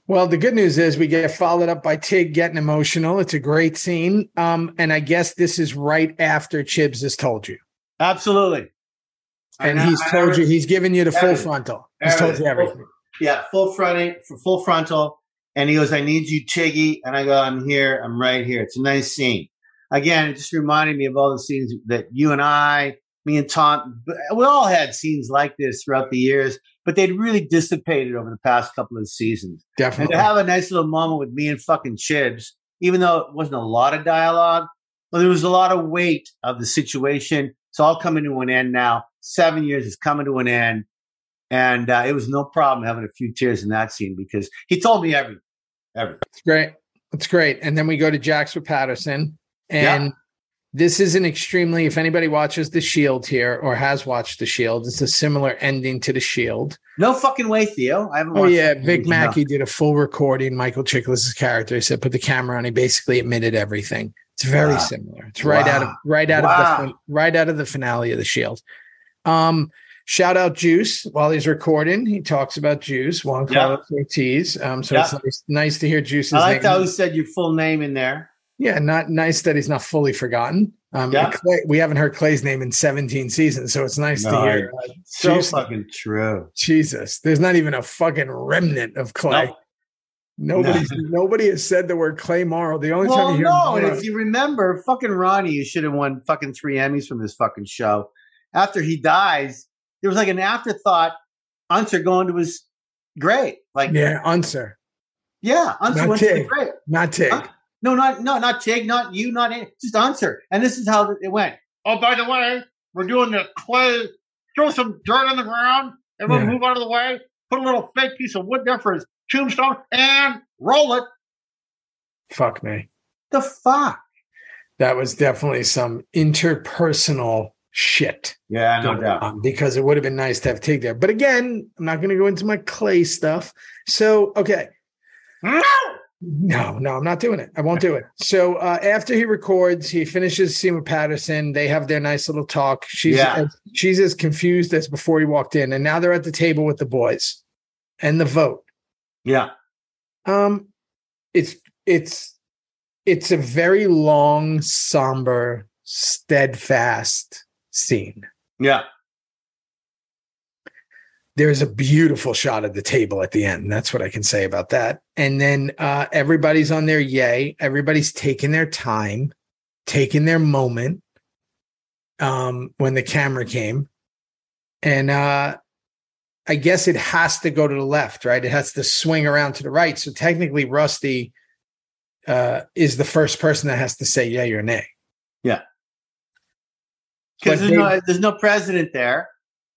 Speaker 1: Well, the good news is we get followed up by Tig getting emotional. It's a great scene. Um, and I guess this is right after Chibs has told you.
Speaker 2: Absolutely.
Speaker 1: And
Speaker 2: I know-
Speaker 1: he's
Speaker 2: I
Speaker 1: told
Speaker 2: never-
Speaker 1: you, he's given you the full
Speaker 2: Everything.
Speaker 1: frontal. He's told you everything.
Speaker 2: Yeah, full fronting, full frontal. And he goes, "I need you, Tiggy." And I go, "I'm here. I'm right here." It's a nice scene. Again, it just reminded me of all the scenes that you and I, me and Tom, we all had scenes like this throughout the years, but they'd really dissipated over the past couple of seasons. And
Speaker 1: Definitely.
Speaker 2: to have a nice little moment with me and fucking Chibs, even though it wasn't a lot of dialogue, well, there was a lot of weight of the situation. It's all coming to an end now. Seven years is coming to an end. And uh, it was no problem having a few tears in that scene because he told me everything. Everything.
Speaker 1: It's great. It's great. And then we go to Jax with Patterson. And this is an extremely, if anybody watches The Shield here or has watched The Shield, it's a similar ending to The Shield.
Speaker 2: No fucking way, Theo. I haven't
Speaker 1: Oh,
Speaker 2: watched
Speaker 1: yeah.
Speaker 2: that
Speaker 1: Vic
Speaker 2: movie.
Speaker 1: Mackey did a full recording. Michael Chiklis' character he said, put the camera on. He basically admitted everything. It's very
Speaker 2: Wow.
Speaker 1: similar. It's right out of
Speaker 2: Wow.
Speaker 1: right out of the
Speaker 2: Wow.
Speaker 1: fin- right out of the finale of the Shield. Um, shout out Juice while he's recording. He talks about Juice Juan
Speaker 2: Yeah.
Speaker 1: Carlos Ortiz. Um, so it's
Speaker 2: Yeah.
Speaker 1: nice, nice to hear Juice's
Speaker 2: No. I liked
Speaker 1: name.
Speaker 2: how he said your full name in there.
Speaker 1: Yeah, not nice that he's not fully forgotten. Um,
Speaker 2: Yeah.
Speaker 1: and Clay, we haven't heard Clay's name in 17 seasons, so it's nice to
Speaker 2: No,
Speaker 1: hear. uh,
Speaker 2: So
Speaker 1: Juice-
Speaker 2: fucking true.
Speaker 1: Jesus, there's not even a fucking remnant of Clay.
Speaker 2: No.
Speaker 1: Nobody's nobody has said the word Clay Morrow. The only time
Speaker 2: Well,
Speaker 1: you hear
Speaker 2: no, and
Speaker 1: Morrow-
Speaker 2: if you remember, fucking Ronnie, you should have won fucking three Emmys from this fucking show. After he dies, there was like an afterthought. Unser going to his grave, like yeah,
Speaker 1: yeah, answer,
Speaker 2: Unser
Speaker 1: Not
Speaker 2: went to the
Speaker 1: Tig.
Speaker 2: grave.
Speaker 1: not Tig.
Speaker 2: Huh? No, not no, not Tig, not you, not any, just Unser. And this is how it went.
Speaker 3: Oh, by the way, we're doing the clay. Throw some dirt on the ground. Everyone
Speaker 1: Yeah.
Speaker 3: move out of the way. Put a little fake piece of wood there for his tombstone and roll it.
Speaker 1: Fuck me.
Speaker 2: The fuck?
Speaker 1: That was definitely some interpersonal shit.
Speaker 2: Yeah,
Speaker 1: Um, because it would have been nice to have Tig there. But again, I'm not going to go into my Clay stuff. So, okay.
Speaker 3: No!
Speaker 1: No, no, I'm not doing it. I won't do it. So uh, after he records, he finishes the scene with Patterson. They have their nice little talk. She's
Speaker 2: Yeah.
Speaker 1: as, she's as confused as before he walked in, and now they're at the table with the boys and the vote.
Speaker 2: Yeah,
Speaker 1: Um, it's it's it's a very long, somber, steadfast scene.
Speaker 2: yeah.
Speaker 1: There's a beautiful shot of the table at the end. That's what I can say about that. And then uh, everybody's on their yay. Everybody's taking their time. taking their moment um when the camera came and uh i guess it has to go to the left right it has to swing around to the right so technically rusty uh is the first person that has to say yeah or nay
Speaker 2: Because
Speaker 1: But
Speaker 2: there's,
Speaker 1: they-
Speaker 2: no, there's no president there.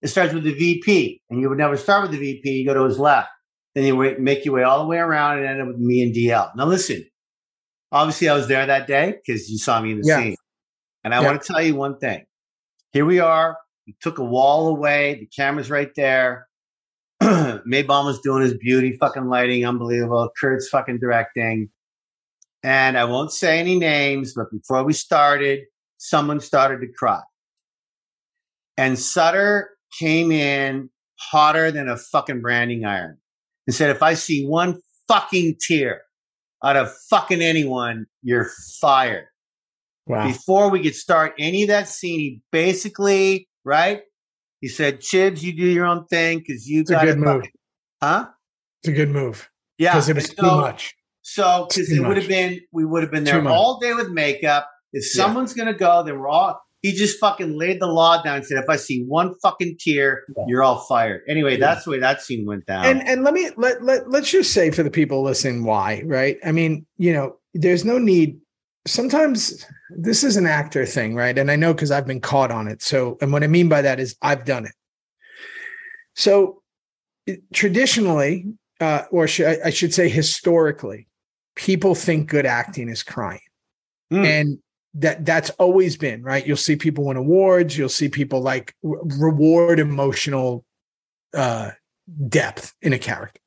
Speaker 2: It starts with the VP, and you would never start with the VP. You go to his left, then you wa- make your way all the way around and end up with me and DL. Now listen, Obviously, I was there that day because you saw me in the
Speaker 1: Yeah.
Speaker 2: scene. And I
Speaker 1: Yeah.
Speaker 2: want to tell you one thing. Here we are. We took a wall away. The camera's right there. Maybom was doing his beauty, fucking lighting, unbelievable. Kurt's fucking directing. And I won't say any names, but before we started, someone started to cry. And Sutter came in hotter than a fucking branding iron and said, if I see one fucking tear out of fucking anyone, you're fired.
Speaker 1: Wow.
Speaker 2: Before we could start any of that scene, he basically, right? He said, Chibs, you do your own thing because you
Speaker 1: It's a
Speaker 2: got
Speaker 1: good move.
Speaker 2: Huh?
Speaker 1: It's a good move
Speaker 2: Yeah.
Speaker 1: because it was
Speaker 2: and
Speaker 1: too
Speaker 2: so-
Speaker 1: much.
Speaker 2: so because
Speaker 1: Too
Speaker 2: it would
Speaker 1: much.
Speaker 2: have been, we would have been
Speaker 1: Too
Speaker 2: there
Speaker 1: much.
Speaker 2: all day with makeup. If
Speaker 1: Yeah.
Speaker 2: someone's gonna go, then we're all. He just fucking laid the law down and said, "If I see one fucking tear,
Speaker 1: Yeah.
Speaker 2: you're all fired." Anyway,
Speaker 1: Yeah.
Speaker 2: that's the way that scene went down.
Speaker 1: and and let me let, let let's just say for the people listening why right i mean you know there's no need sometimes this is an actor thing right and i know because i've been caught on it so and what i mean by that is i've done it so it- traditionally uh, or should, I- i should say historically people think good acting is crying
Speaker 2: Hmm.
Speaker 1: and that that's always been right you'll see people win awards you'll see people like re- reward emotional uh depth in a character.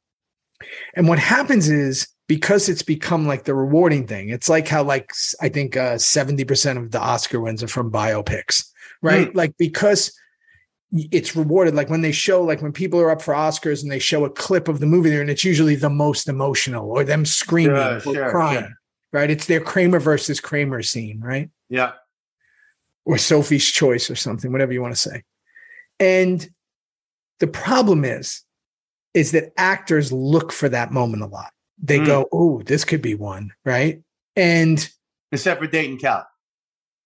Speaker 1: And what happens is because it's become like the rewarding thing. It's like how like s- I think uh, seventy percent of the Oscar wins are from biopics, right? Like because y- it's rewarded. Like when they show like when people are up for Oscars and they show a clip of the movie there, and it's usually the most emotional or them screaming
Speaker 2: Sure,
Speaker 1: or
Speaker 2: sure,
Speaker 1: crying,
Speaker 2: sure.
Speaker 1: right? It's their Kramer versus Kramer scene, right?
Speaker 2: yeah,
Speaker 1: or Sophie's Choice or something, whatever you want to say. And the problem is, is that actors look for that moment a lot. They
Speaker 2: Mm.
Speaker 1: go, "Oh, this could be one," right? And
Speaker 2: except for Dayton Cal.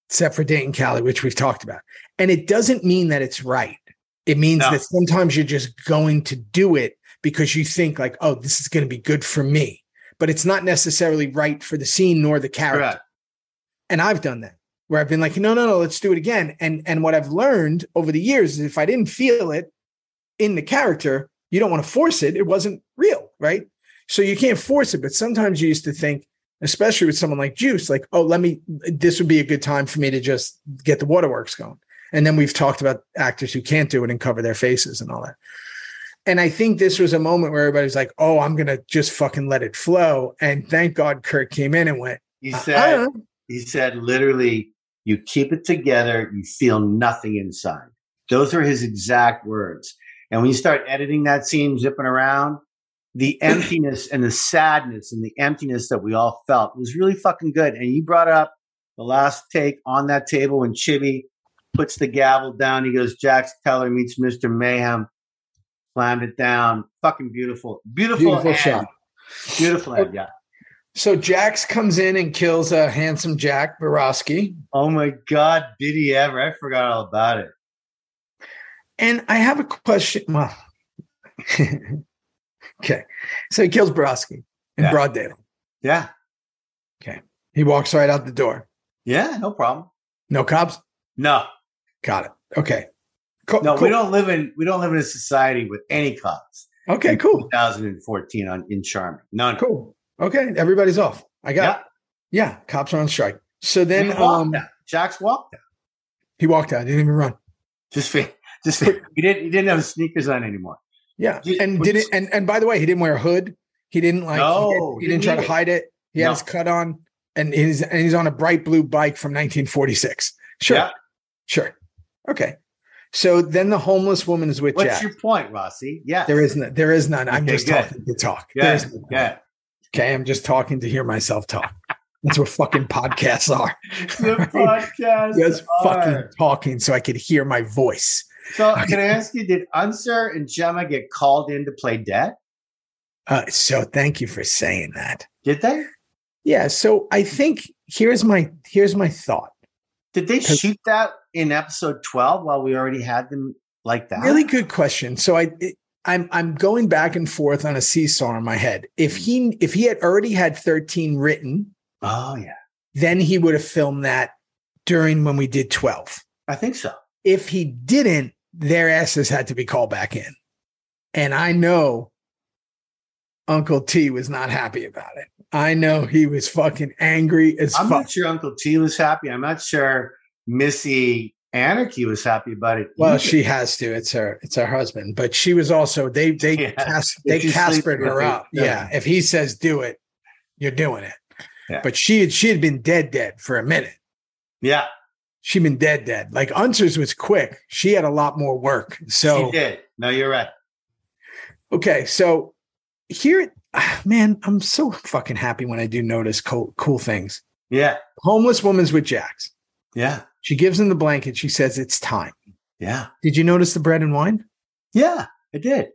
Speaker 1: except for Dayton Cali, which we've talked about, and it doesn't mean that it's right. It means
Speaker 2: No.
Speaker 1: that sometimes you're just going to do it because you think like, "Oh, this is going to be good for me," but it's not necessarily right for the scene nor the character
Speaker 2: Correct.
Speaker 1: and I've done that where I've been like, no, no, no, let's do it again. And and what I've learned over the years is if I didn't feel it in the character, you don't want to force it. It wasn't real, right? So you can't force it. But sometimes you used to think, especially with someone like Juice, like, oh, let me. This would be a good time for me to just get the waterworks going. And then we've talked about actors who can't do it and cover their faces and all that. And I think this was a moment where everybody's like, oh, I'm going to just fucking let it flow. And thank God Kurt came in and went, "Uh-uh."
Speaker 2: He
Speaker 1: "I- I
Speaker 2: said,
Speaker 1: don't know."
Speaker 2: He said, literally, you keep it together, you feel nothing inside. Those are his exact words. And when you start editing that scene, zipping around, the emptiness and the sadness and the emptiness that we all felt was really fucking good. And you brought up the last take on that table when Chibi puts the gavel down. He goes, Jax Teller meets Mr. Mayhem, slammed it down. Fucking beautiful. Beautiful,
Speaker 1: Beautiful
Speaker 2: end.
Speaker 1: shot.
Speaker 2: Beautiful, end, yeah.
Speaker 1: So Jax comes in and kills a uh, handsome Jack Borowski.
Speaker 2: Oh my God, did he ever? I forgot all about it.
Speaker 1: And I have a question. Well, okay. So he kills Borowski in
Speaker 2: Yeah.
Speaker 1: broad daylight.
Speaker 2: Yeah.
Speaker 1: He walks right out the door.
Speaker 2: Yeah, no problem.
Speaker 1: No cops.
Speaker 2: No,
Speaker 1: Got it. Okay. Co-
Speaker 2: no,
Speaker 1: cool.
Speaker 2: we don't live in we don't live in a society with any cops.
Speaker 1: Okay. Cool.
Speaker 2: 2014 on in Charming. None.
Speaker 1: Cool. Okay. Everybody's off. I got. it. Yeah. Cops are on strike. So
Speaker 2: Then
Speaker 1: then
Speaker 2: walked
Speaker 1: um,
Speaker 2: out. Jack's walked out.
Speaker 1: he walked out. He didn't even run.
Speaker 2: Just fa- just fa- he didn't he didn't have sneakers on anymore.
Speaker 1: Yeah.
Speaker 2: Did-
Speaker 1: And
Speaker 2: was-
Speaker 1: did it? And and by the way, he didn't wear a hood. He didn't like. he didn't-
Speaker 2: No,
Speaker 1: he, didn't
Speaker 2: didn't
Speaker 1: try
Speaker 2: need
Speaker 1: to
Speaker 2: it.
Speaker 1: hide it. He had
Speaker 2: No.
Speaker 1: his cut on, and he's and he's on a bright blue bike from 1946. Sure,
Speaker 2: Yeah.
Speaker 1: sure, okay. So then the homeless woman is with
Speaker 2: What's
Speaker 1: Jack.
Speaker 2: your point, Rossi? Yeah.
Speaker 1: there is no, there is none. I'm
Speaker 2: Okay,
Speaker 1: just
Speaker 2: good.
Speaker 1: talking to talk.
Speaker 2: Good,
Speaker 1: There is no-
Speaker 2: yeah.
Speaker 1: Okay, I'm just talking to hear myself talk. That's what fucking podcasts are.
Speaker 2: The podcast.
Speaker 1: Just fucking
Speaker 2: are-
Speaker 1: talking so I could hear my voice.
Speaker 2: So can I ask you, did Unser and Gemma get called in to play dead?
Speaker 1: Uh, so thank you for saying that.
Speaker 2: Did they?
Speaker 1: Yeah. So I think here's my here's my thought.
Speaker 2: Did they
Speaker 1: 'Cause-
Speaker 2: shoot that in episode 12 while we already had them like that?
Speaker 1: Really good question. So I it- I'm I'm going back and forth on a seesaw in my head. If he if he had already had 13 written,
Speaker 2: Oh, yeah.
Speaker 1: then he would have filmed that during when we did 12.
Speaker 2: I think so.
Speaker 1: If he didn't, their asses had to be called back in. And I know Uncle T was not happy about it. I know he was fucking angry as
Speaker 2: I'm
Speaker 1: fuck.
Speaker 2: not sure Uncle T was happy. I'm not sure Missy Anarchy was happy about it.
Speaker 1: Well,
Speaker 2: either.
Speaker 1: she has to. It's her. It's her husband. But she was also they they
Speaker 2: Yeah.
Speaker 1: cas-
Speaker 2: If
Speaker 1: they
Speaker 2: she sleeps
Speaker 1: caspered
Speaker 2: with
Speaker 1: her
Speaker 2: you,
Speaker 1: up.
Speaker 2: yeah.
Speaker 1: Yeah. If he says do it, you're doing it.
Speaker 2: Yeah.
Speaker 1: But she had she had been dead dead for a minute.
Speaker 2: yeah,
Speaker 1: She'd been dead dead. Like Unser's was quick. She had a lot more work. So
Speaker 2: she did. No, you're right.
Speaker 1: Okay, so here, ah, man, I'm so fucking happy when I do notice cool, cool things.
Speaker 2: Yeah,
Speaker 1: Homeless woman's with Jax.
Speaker 2: yeah,
Speaker 1: She gives him the blanket. She says it's time.
Speaker 2: yeah,
Speaker 1: Did you notice the bread and wine?
Speaker 2: yeah. I did.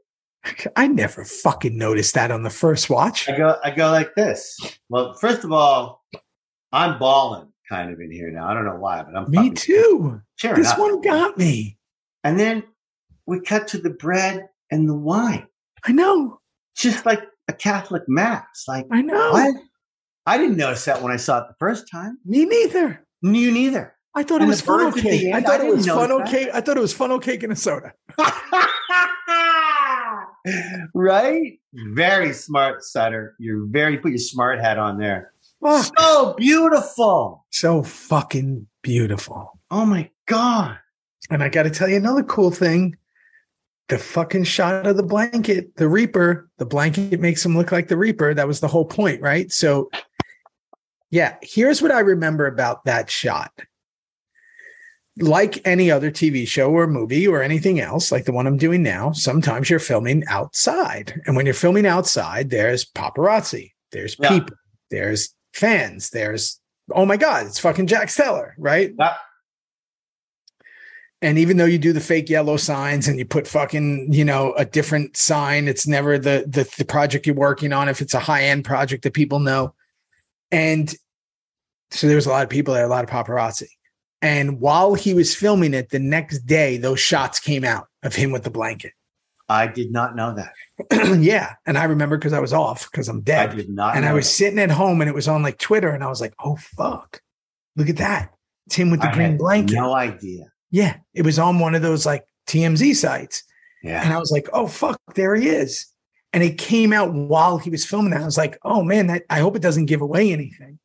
Speaker 1: I never fucking noticed that on the first watch.
Speaker 2: I go, I go like this. Well, first of all, I'm balling kind of in here now. I don't know why, but I'm
Speaker 1: Me
Speaker 2: fucking
Speaker 1: too.
Speaker 2: cheering
Speaker 1: This
Speaker 2: up.
Speaker 1: one got me.
Speaker 2: And then we cut to the bread and the wine,
Speaker 1: I know.
Speaker 2: just like a Catholic mass. Like
Speaker 1: I know.
Speaker 2: what? I didn't notice that when I saw it the first time.
Speaker 1: Me neither.
Speaker 2: You neither.
Speaker 1: I thought
Speaker 2: And
Speaker 1: it was
Speaker 2: the birds
Speaker 1: funnel
Speaker 2: at the
Speaker 1: cake.
Speaker 2: end,
Speaker 1: I thought
Speaker 2: I
Speaker 1: it was
Speaker 2: didn't notice
Speaker 1: funnel
Speaker 2: that.
Speaker 1: cake. I thought it was funnel cake and a soda.
Speaker 2: right? Very smart, Sutter. You're very put your smart hat on there.
Speaker 1: Fuck.
Speaker 2: So beautiful.
Speaker 1: So fucking beautiful.
Speaker 2: Oh my god.
Speaker 1: And I got to tell you another cool thing. The fucking shot of the blanket, the Reaper, the blanket makes him look like the Reaper. That was the whole point, right? So, yeah, here's what I remember about that shot. Like any other TV show or movie or anything else, like the one I'm doing now, sometimes you're filming outside. And when you're filming outside, there's paparazzi, there's
Speaker 2: Yeah.
Speaker 1: people, there's fans, there's, oh my God, it's fucking Jack Steller, right? and even though you do the fake yellow signs and you put fucking you know a different sign it's never the the, the project you're working on if it's a high end project that people know and so there was a lot of people there a lot of paparazzi and while he was filming it the next day those shots came out of him with the blanket
Speaker 2: I did not know that.
Speaker 1: yeah and i remember because i was off because i'm
Speaker 2: I
Speaker 1: dead
Speaker 2: did not
Speaker 1: and
Speaker 2: know
Speaker 1: i was
Speaker 2: that.
Speaker 1: sitting at home and it was on like twitter and i was like oh fuck look at that it's him with the
Speaker 2: I
Speaker 1: green
Speaker 2: had
Speaker 1: blanket
Speaker 2: No idea.
Speaker 1: yeah it was on one of those like tmz sites
Speaker 2: Yeah.
Speaker 1: and I was like, oh fuck, there he is. And it came out while he was filming that. I was like, oh man, that, I hope it doesn't give away anything.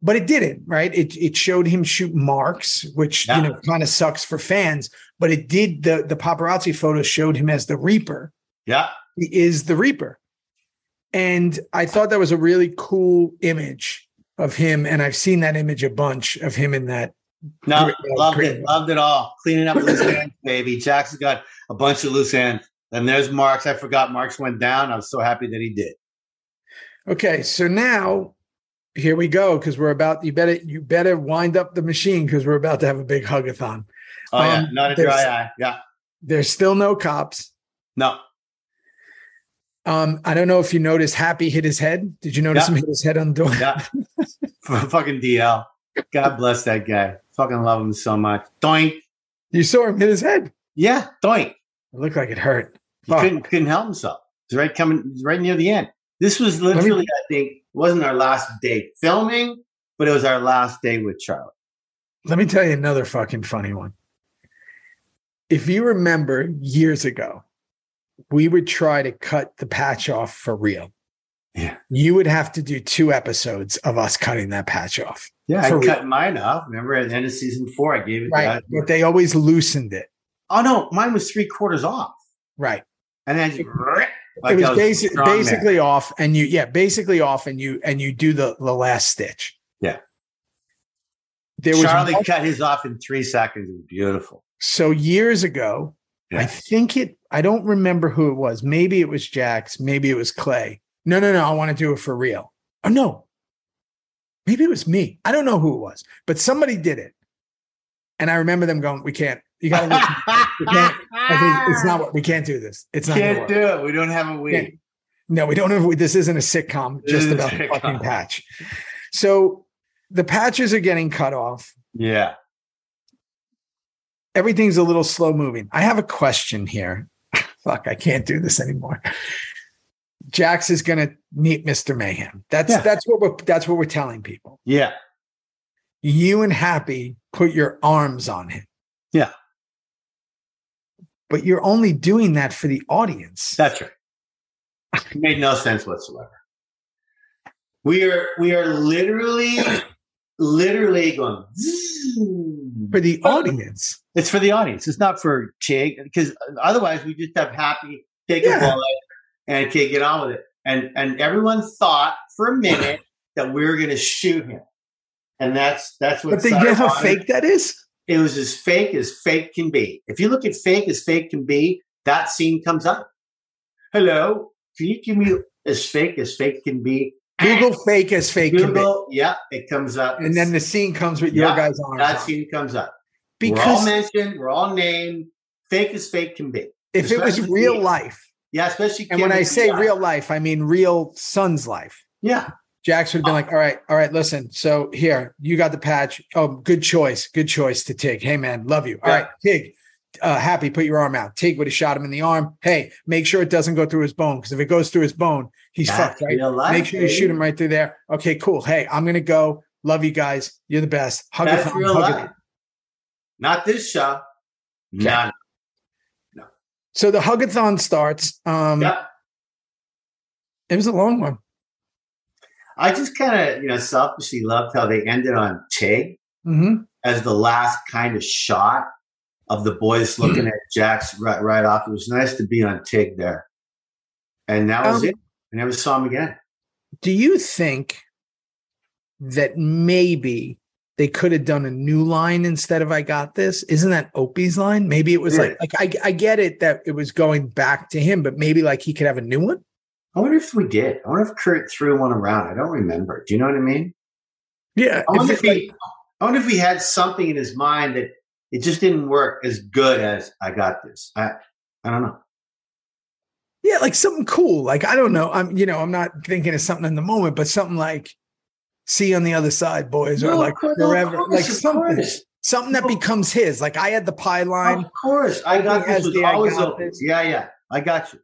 Speaker 1: But it didn't, right? It it showed him shoot marks, which you
Speaker 2: Yeah.
Speaker 1: know kind of sucks for fans. But it did the the paparazzi photo showed him as the Reaper.
Speaker 2: Yeah.
Speaker 1: He is the Reaper, and I thought that was a really cool image of him. And I've seen that image a bunch of him in that. uh,
Speaker 2: No,
Speaker 1: Great-
Speaker 2: loved
Speaker 1: oh, great.
Speaker 2: it. Loved it all. Cleaning up loose ends, baby. Jackson got a bunch of loose ends. And there's Marks. I forgot Marks went down. I was so happy that he did.
Speaker 1: Okay, so now here we go because we're about you better you better wind up the machine because we're about to have a big hugathon.
Speaker 2: Oh yeah,
Speaker 1: Um,
Speaker 2: not a
Speaker 1: there's-
Speaker 2: dry eye. Yeah.
Speaker 1: There's still no cops.
Speaker 2: No.
Speaker 1: Um, I don't know if you noticed Happy hit his head. Did you notice
Speaker 2: Yeah.
Speaker 1: him hit his head on the door?
Speaker 2: Yeah. fucking DL. God bless that guy. Fucking love him so much. Doink.
Speaker 1: You saw him hit his head.
Speaker 2: Yeah, doink.
Speaker 1: It looked like it hurt.
Speaker 2: He
Speaker 1: Fuck.
Speaker 2: couldn't couldn't help himself. He's right coming he's right near the end. This was literally, I think, wasn't our last day filming, but it was our last day with Charlie.
Speaker 1: Let me tell you another fucking funny one. If you remember years ago, we would try to cut the patch off for real.
Speaker 2: Yeah.
Speaker 1: You would have to do two episodes of us cutting that patch off.
Speaker 2: Yeah, I
Speaker 1: For
Speaker 2: cut mine off. Remember at the end of season four, I gave it
Speaker 1: Right.
Speaker 2: to
Speaker 1: But they always loosened it.
Speaker 2: Oh no, mine was three quarters off.
Speaker 1: Right.
Speaker 2: And then I just,
Speaker 1: it
Speaker 2: like I
Speaker 1: was basi-
Speaker 2: strong man.
Speaker 1: basically off and you yeah, basically off and you and you do the the last stitch.
Speaker 2: Yeah.
Speaker 1: There was
Speaker 2: Charlie
Speaker 1: one-
Speaker 2: cut his off in three seconds. It was beautiful.
Speaker 1: so years ago, I
Speaker 2: Yeah.
Speaker 1: think it I don't remember who it was. Maybe it was Jax, maybe it was Clay. No, no, no, I want to do it for real. Oh no. Maybe it was me. I don't know who it was, but somebody did it. And I remember them going, We can't. You gotta listen. we can't. I think it's not what we can't do this. It's not gonna
Speaker 2: Can't
Speaker 1: work."
Speaker 2: do it. We don't have a
Speaker 1: Yeah.
Speaker 2: week.
Speaker 1: No, we don't know if this isn't a sitcom
Speaker 2: This
Speaker 1: just
Speaker 2: is a
Speaker 1: about the
Speaker 2: sitcom.
Speaker 1: fucking patch. So the patches are getting cut off.
Speaker 2: Yeah.
Speaker 1: Everything's a little slow moving. I have a question here. Fuck, I can't do this anymore. Jax is going to meet Mr. Mayhem. That's
Speaker 2: Yeah.
Speaker 1: that's what we're that's what we're telling people.
Speaker 2: Yeah.
Speaker 1: You and Happy put your arms on him.
Speaker 2: Yeah.
Speaker 1: But you're only doing that for the audience.
Speaker 2: That's right. It made no sense whatsoever. We are we are literally, literally going. zzz.
Speaker 1: for the audience.
Speaker 2: It's for the audience. It's not for Chig because otherwise we just have happy take a
Speaker 1: Yeah.
Speaker 2: bullet and can get on with it. And and everyone thought for a minute that we were going to shoot him, and that's that's what.
Speaker 1: But they, you
Speaker 2: Sarah
Speaker 1: know how
Speaker 2: Connor-
Speaker 1: fake that is?
Speaker 2: It was as fake as fake can be. If you look at fake as fake can be, that scene comes up. Hello, can you give me as fake as fake can be?
Speaker 1: Google fake as fake can be.
Speaker 2: Google, yeah, it comes up.
Speaker 1: And then the scene comes with your
Speaker 2: Yeah,
Speaker 1: guys' arms.
Speaker 2: that
Speaker 1: on.
Speaker 2: scene comes up. we're all
Speaker 1: Because
Speaker 2: mentioned, we're all named. Fake as fake can be.
Speaker 1: if it was
Speaker 2: especially-
Speaker 1: real life,
Speaker 2: Yeah, especially.
Speaker 1: and when
Speaker 2: Kim
Speaker 1: I
Speaker 2: and
Speaker 1: say
Speaker 2: Eli.
Speaker 1: real life, I mean real son's life.
Speaker 2: yeah,
Speaker 1: Jax would have been like, all right, all right, listen. So here, you got the patch. Oh, good choice. Good choice to Tig. Hey, man, love you. All
Speaker 2: Yeah.
Speaker 1: right, Tig, uh, happy, put your arm out. Tig would have shot him in the arm. Hey, make sure it doesn't go through his bone because if it goes through his bone, he's
Speaker 2: that's
Speaker 1: fucked, right?
Speaker 2: real life.
Speaker 1: Make sure you
Speaker 2: baby.
Speaker 1: shoot him right through there. Okay, cool. Hey, I'm going to go. Love you guys. You're the best. Hug
Speaker 2: That's
Speaker 1: a thumb,
Speaker 2: real
Speaker 1: hug a-
Speaker 2: life. Not this show.
Speaker 1: Okay.
Speaker 2: None.
Speaker 1: So the hugathon starts. Um,
Speaker 2: Yeah.
Speaker 1: It was a long one.
Speaker 2: I just kind of, you know, selfishly loved how they ended on Tig.
Speaker 1: hmm
Speaker 2: as the last kind of shot of the
Speaker 1: Hmm.
Speaker 2: boys looking at Jack's right, right off. It was nice to be on Tig there. And that was
Speaker 1: Um,
Speaker 2: it. I never saw him again.
Speaker 1: Do you think that maybe they could have done a new line instead of "I got this"? Isn't that Opie's line? Maybe it was
Speaker 2: Yeah.
Speaker 1: like, like I, I get it that it was going back to him, but maybe like he could have a new one.
Speaker 2: I wonder if we did. I wonder if Kurt threw one around. I don't remember. Do you know what I mean?
Speaker 1: Yeah,
Speaker 2: I wonder if,
Speaker 1: like-
Speaker 2: he, I wonder if he had something in his mind that it just didn't work as good as I got this. I, I don't know.
Speaker 1: yeah, like something cool. Like I don't know. I'm you know I'm not thinking of something in the moment, but something like "See you on the other side, boys," or
Speaker 2: No,
Speaker 1: like
Speaker 2: of course,
Speaker 1: forever,
Speaker 2: of course,
Speaker 1: like
Speaker 2: of
Speaker 1: something,
Speaker 2: course.
Speaker 1: something that becomes his. Like I had the pie line.
Speaker 2: Of course, I got
Speaker 1: He has
Speaker 2: this. Was
Speaker 1: the I
Speaker 2: always
Speaker 1: got
Speaker 2: open.
Speaker 1: this.
Speaker 2: Yeah, yeah, I got you.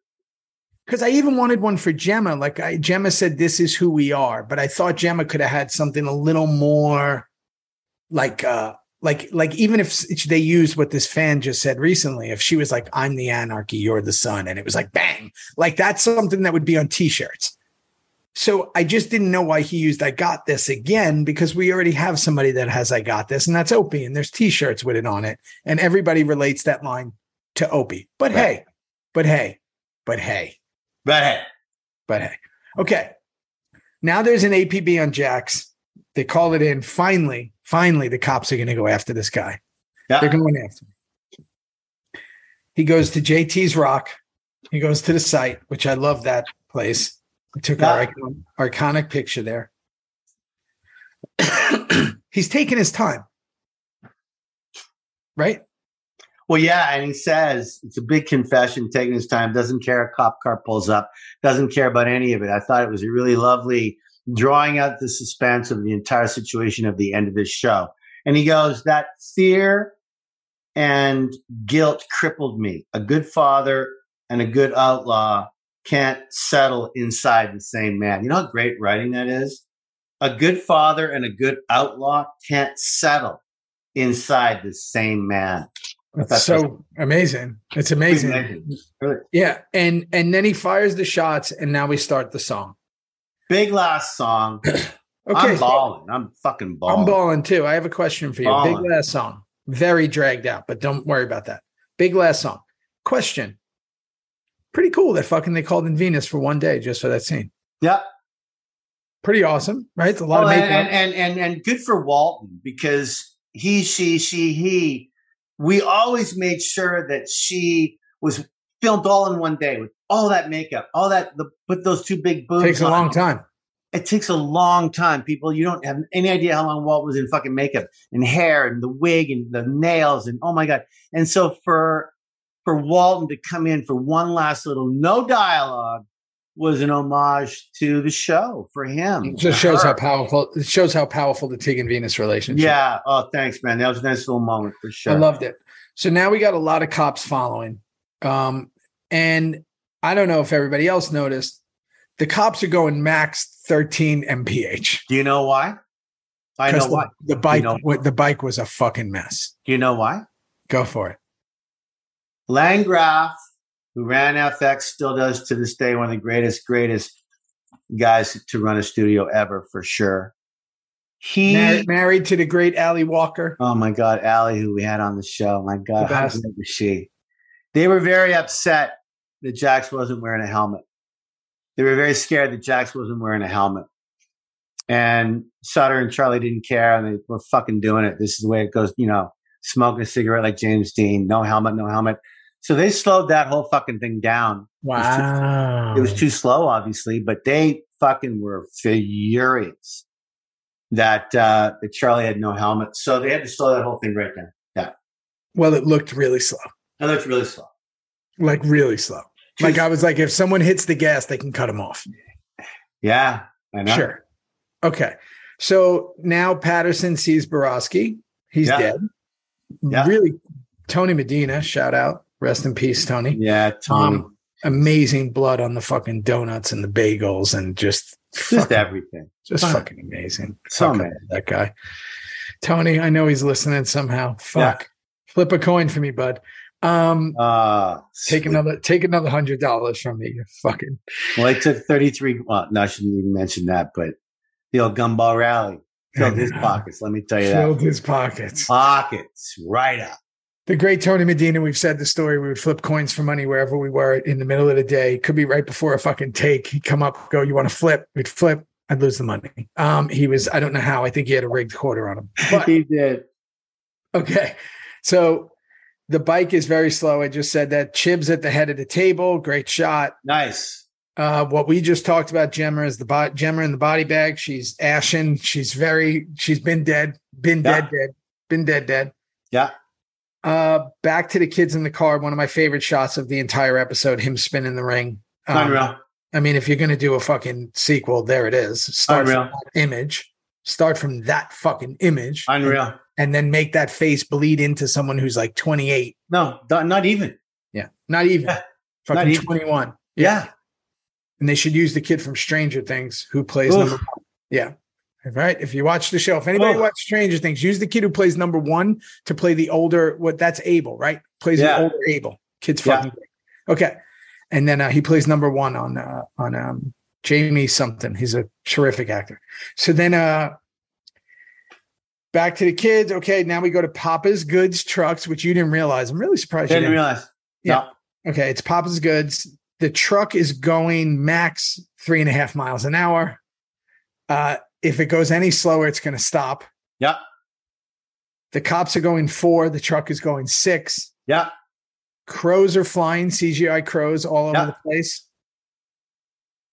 Speaker 1: because I even wanted one for Gemma. Like I, Gemma said, "This is who we are," but I thought Gemma could have had something a little more, like, uh, like, like even if s- they used what this fan just said recently, if she was like, "I'm the anarchy, you're the sun," and it was like, bang, like that's something that would be on T-shirts. So I just didn't know why he used "I got this" again because we already have somebody that has "I got this," and that's Opie, and there's T-shirts with it on it, and everybody relates that line to Opie. But
Speaker 2: Right.
Speaker 1: hey, but hey, but hey.
Speaker 2: But hey,
Speaker 1: But hey, okay. Now there's an APB on Jax. They call it in. Finally, finally, the cops are going to go after this guy.
Speaker 2: Yeah.
Speaker 1: They're going after him. He goes to JT's Rock. He goes to the site, which I love that place. I took our, icon- our iconic picture there. He's taking his time, right?
Speaker 2: Well, yeah, and he says it's a big confession, taking his time, doesn't care. A cop car pulls up, doesn't care about any of it. I thought it was a really lovely drawing out the suspense of the entire situation of the end of his show. And he goes, That fear and guilt crippled me. A good father and a good outlaw can't settle inside the same man. You know how great writing that is? A good father and a good outlaw can't settle inside the same man.
Speaker 1: It's so amazing. It's amazing. Yeah, and and then he fires the shots, and now we start the song.
Speaker 2: Big last song.
Speaker 1: Okay,
Speaker 2: I'm balling. I'm fucking balling.
Speaker 1: I'm balling too. I have a question for you. Big
Speaker 2: Ballin'.
Speaker 1: last song, very dragged out, but don't worry about that. Big last song. Question. Pretty cool that fucking they called in Venus for one day just for that scene.
Speaker 2: Yep.
Speaker 1: Pretty awesome, right? It's a lot
Speaker 2: Oh,
Speaker 1: of
Speaker 2: and,
Speaker 1: makeup.
Speaker 2: and, and and and good for Walton because he, she, she, he. We always made sure that she was filmed all in one day with all that makeup, all that. The, put those two big boobs.
Speaker 1: Takes a
Speaker 2: on.
Speaker 1: long time.
Speaker 2: It takes a long time, people. You don't have any idea how long Walt was in fucking makeup and hair and the wig and the nails and oh my god. And so for for Walton to come in for one last little no dialogue was an homage to the show for him.
Speaker 1: It just
Speaker 2: for
Speaker 1: shows
Speaker 2: her.
Speaker 1: how powerful it shows how powerful the Tig and Venus relationship.
Speaker 2: Yeah. Oh, thanks, man. That was a nice little moment for sure.
Speaker 1: I loved it. So now we got a lot of cops following. Um, and I don't know if everybody else noticed, the cops are going max 13 mph.
Speaker 2: Do you know why? I know
Speaker 1: Because the,
Speaker 2: why.
Speaker 1: the bike
Speaker 2: know-
Speaker 1: wa- the bike was a fucking mess.
Speaker 2: Do you know why?
Speaker 1: Go for it.
Speaker 2: Landgraf who ran FX, still does to this day, one of the greatest, greatest guys to run a studio ever for sure. He
Speaker 1: Mar- married to the great Ali Walker.
Speaker 2: Oh my God, Allie, who we had on the show. My God,
Speaker 1: The
Speaker 2: how
Speaker 1: best.
Speaker 2: great was she? They were very upset that Jax wasn't wearing a helmet. They were very scared that Jax wasn't wearing a helmet. And Sutter and Charlie didn't care, and they were fucking doing it. This is the way it goes, you know, smoking a cigarette like James Dean, no helmet, no helmet. So they slowed that whole fucking thing down.
Speaker 1: Wow.
Speaker 2: It
Speaker 1: Mm.
Speaker 2: was too slow, obviously, but they fucking were furious that uh, that Charlie had no helmet. So they had to slow that whole thing right down.
Speaker 1: well, it looked really slow.
Speaker 2: That looked really slow.
Speaker 1: Like really slow. Like I was like, if someone hits the gas, they can cut them off.
Speaker 2: yeah, I know.
Speaker 1: Sure. Okay. So now Patterson sees Borowski. He's
Speaker 2: Yeah.
Speaker 1: dead.
Speaker 2: Yeah.
Speaker 1: Really, Tony Medina, shout out. Rest in peace, Tony.
Speaker 2: Yeah, Tom.
Speaker 1: Um, amazing blood on the fucking donuts and the bagels and just
Speaker 2: just
Speaker 1: fucking,
Speaker 2: everything.
Speaker 1: just fucking amazing.
Speaker 2: So
Speaker 1: Fuck
Speaker 2: many.
Speaker 1: that guy. Tony, I know he's listening somehow. Fuck. Flip a coin for me, bud. Um
Speaker 2: Uh,
Speaker 1: take
Speaker 2: sweet.
Speaker 1: another take another hundred dollars from me. You fucking
Speaker 2: Well, it took thirty-three. Well, no, I shouldn't even mention that. But the old gumball rally filled his pockets. Let me tell you that
Speaker 1: filled his pockets.
Speaker 2: pockets right up.
Speaker 1: The great Tony Medina, we've said the story. We would flip coins for money wherever we were in the middle of the day. Could be right before a fucking take. He'd come up, go, You want to flip? We'd flip. I'd lose the money. Um, he was, I don't know how. I think he had a rigged quarter on him. But
Speaker 2: he did.
Speaker 1: Okay. So the bike is very slow. I just said that. Chib's at the head of the table. Great shot.
Speaker 2: Nice.
Speaker 1: Uh, what we just talked about, Gemma, is the bo- Gemma in the body bag. She's ashen. She's very, she's been dead, been
Speaker 2: Yeah.
Speaker 1: dead, dead, been dead, dead.
Speaker 2: Yeah.
Speaker 1: Uh, back to the kids in the car. One of my favorite shots of the entire episode, him spinning the ring. Um,
Speaker 2: Unreal.
Speaker 1: I mean, if you're going to do a fucking sequel, there it is. Start from
Speaker 2: Unreal.
Speaker 1: that image. Start from that fucking image.
Speaker 2: Unreal.
Speaker 1: and then make that face bleed into someone who's like 28,
Speaker 2: No, not not even.
Speaker 1: not even
Speaker 2: Yeah.
Speaker 1: fucking
Speaker 2: Not even.
Speaker 1: 21.
Speaker 2: Yeah.
Speaker 1: And they should use the kid from Stranger Things who plays
Speaker 2: Oof.
Speaker 1: number one. Yeah. All right. If you watch the show, if anybody
Speaker 2: Oof.
Speaker 1: watched Stranger Things, use the kid who plays number one to play the older, what that's Abel, right? Plays
Speaker 2: Yeah.
Speaker 1: the older Abel. Kid's
Speaker 2: Yeah.
Speaker 1: fucking great. Okay. And then uh, he plays number one on, uh, on, um, Jamie something. He's a terrific actor. So then, uh, back to the kids. Okay. Now we go to Papa's Goods Trucks, which you didn't realize. I'm really surprised you
Speaker 2: Didn't
Speaker 1: didn't.
Speaker 2: realize. No.
Speaker 1: Okay, it's Papa's Goods. The truck is going max three and a half miles an hour. Uh, if it goes any slower, it's going to stop.
Speaker 2: Yeah.
Speaker 1: The cops are going four. The truck is going six.
Speaker 2: Yeah.
Speaker 1: Crows are flying, CGI crows all over
Speaker 2: Yeah.
Speaker 1: the place.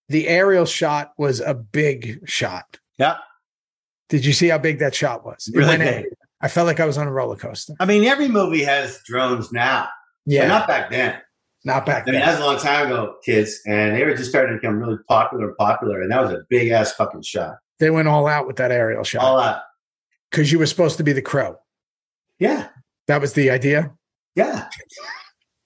Speaker 1: The aerial shot was a big shot.
Speaker 2: Yeah.
Speaker 1: Did you see how big that shot was? It
Speaker 2: Really
Speaker 1: went
Speaker 2: big.
Speaker 1: I felt like I was on a roller coaster.
Speaker 2: I mean, every movie has drones now.
Speaker 1: Yeah.
Speaker 2: But
Speaker 1: Not,
Speaker 2: not back then.
Speaker 1: back
Speaker 2: I mean,
Speaker 1: then.
Speaker 2: that was a long time ago, kids, and they were just starting to become really popular and popular, and that was a big ass fucking shot.
Speaker 1: They went all out with that aerial shot
Speaker 2: All out.
Speaker 1: because you were supposed to be the crow.
Speaker 2: Yeah,
Speaker 1: That was the idea.
Speaker 2: yeah.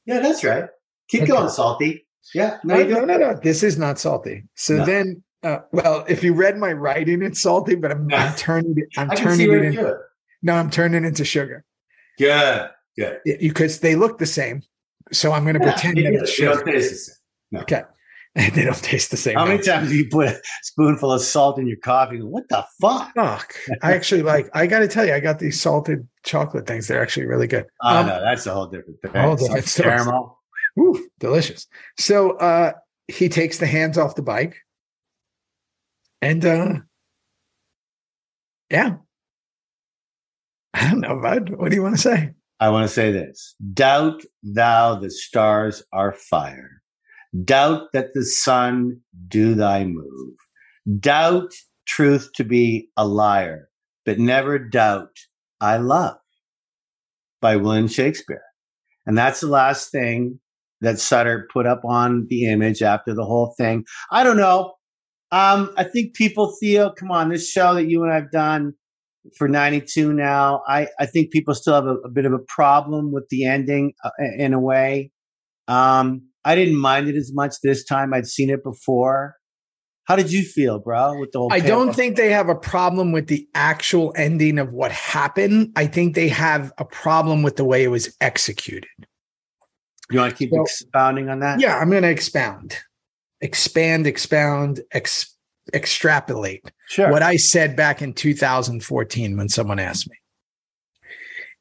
Speaker 2: Yeah, that's right. Keep
Speaker 1: Okay.
Speaker 2: going, Salty. Yeah. No,
Speaker 1: No,
Speaker 2: you
Speaker 1: Oh, no,
Speaker 2: don't.
Speaker 1: no, no. This is not salty. So
Speaker 2: No.
Speaker 1: then, uh, well, if you read my writing, it's salty, but I'm,
Speaker 2: No.
Speaker 1: I'm turning it. I'm
Speaker 2: I can
Speaker 1: turning
Speaker 2: see
Speaker 1: it
Speaker 2: where you
Speaker 1: into.
Speaker 2: do it.
Speaker 1: No, I'm turning it into sugar
Speaker 2: Good.
Speaker 1: because they look the same. So I'm going to
Speaker 2: Yeah,
Speaker 1: pretend
Speaker 2: you
Speaker 1: that
Speaker 2: do
Speaker 1: it's
Speaker 2: it. You don't
Speaker 1: sugar.
Speaker 2: taste the same.
Speaker 1: they don't taste the same.
Speaker 2: How many times do you put a spoonful of salt in your coffee? and, What the fuck?
Speaker 1: Fuck. I actually like. I got to tell you, I got these salted chocolate things. They're actually really good.
Speaker 2: Oh,
Speaker 1: Um,
Speaker 2: no, that's a whole different thing.
Speaker 1: whole different
Speaker 2: Some caramel.
Speaker 1: Ooh, delicious. So uh, he takes the hands off the bike, and uh, yeah, I don't know, bud. What do you want to say?
Speaker 2: I want to say this Doubt thou the stars are fire. Doubt that the sun do thy move. Doubt truth to be a liar, but never doubt I love by William Shakespeare. And that's the last thing that Sutter put up on the image after the whole thing. I don't know. Um, I think people, Theo, come on, this show that you and I've done, for 92 now. I, I think people still have a, a bit of a problem with the ending uh, in a way. Um, I didn't mind it as much this time. I'd seen it before. How did you feel, bro? With the whole
Speaker 1: I don't
Speaker 2: payoff?
Speaker 1: think they have a problem with the actual ending of what happened. I think they have a problem with the way it was executed.
Speaker 2: You want to keep
Speaker 1: So-
Speaker 2: expounding on that?
Speaker 1: Yeah, I'm going to expound, expand, expound, ex- extrapolate
Speaker 2: sure.
Speaker 1: what I said back in 2014 when someone asked me.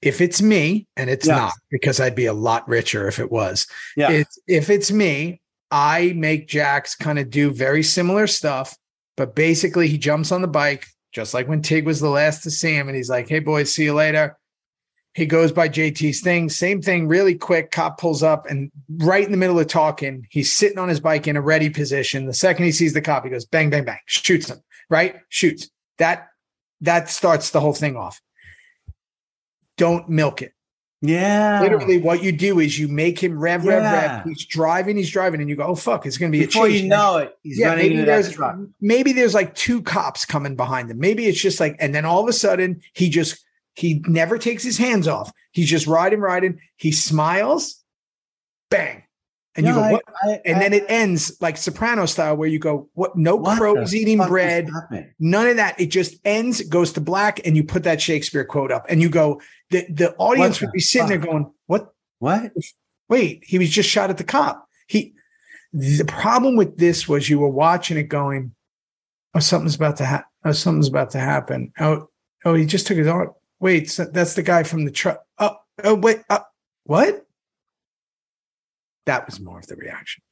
Speaker 1: If it's me, and it's
Speaker 2: Yeah.
Speaker 1: not, because I'd be a lot richer if it was.
Speaker 2: Yeah.
Speaker 1: It's, if it's me, I make Jax kind of do very similar stuff, but basically he jumps on the bike, just like when Tig was the last to see him, and he's like, "Hey boys, see you later." He goes by JT's thing, same thing, really quick. Cop pulls up, and right in the middle of talking, he's sitting on his bike in a ready position. The second he sees the cop, he goes bang, bang, bang, shoots him. Right, shoots. That that starts the whole thing off. Don't milk it.
Speaker 2: yeah.
Speaker 1: Literally, what you do is you make him rev, rev,
Speaker 2: Oh. Yeah.
Speaker 1: rev. He's driving, he's driving, and you go, "Oh fuck, it's going to be
Speaker 2: Before
Speaker 1: a chase."
Speaker 2: you know it, he's
Speaker 1: yeah,
Speaker 2: running
Speaker 1: maybe
Speaker 2: into that
Speaker 1: there's
Speaker 2: truck.
Speaker 1: maybe there's like two cops coming behind him. Maybe it's just like, and then all of a sudden he just he never takes his hands off. He's just riding, riding. He smiles, bang, and
Speaker 2: No,
Speaker 1: you go,
Speaker 2: I-
Speaker 1: what?
Speaker 2: I-
Speaker 1: and
Speaker 2: I-
Speaker 1: then it ends like Soprano style, where you go, what? No
Speaker 2: uh, what
Speaker 1: crow
Speaker 2: the
Speaker 1: is eating
Speaker 2: fuck
Speaker 1: bread.
Speaker 2: just happened?
Speaker 1: None of that. It just ends, it goes to black, and you put that Shakespeare quote up, and you go, the the audience
Speaker 2: the
Speaker 1: would be sitting there
Speaker 2: fuck?
Speaker 1: going, what
Speaker 2: What?
Speaker 1: wait, he was just shot at the cop. He the problem with this was you were watching it going, oh, something's about to happen. Oh, something's about to happen. Oh, oh, he just took his arm. Wait, so that's the guy from the truck. Oh, oh, wait, uh, what? That was more of the reaction.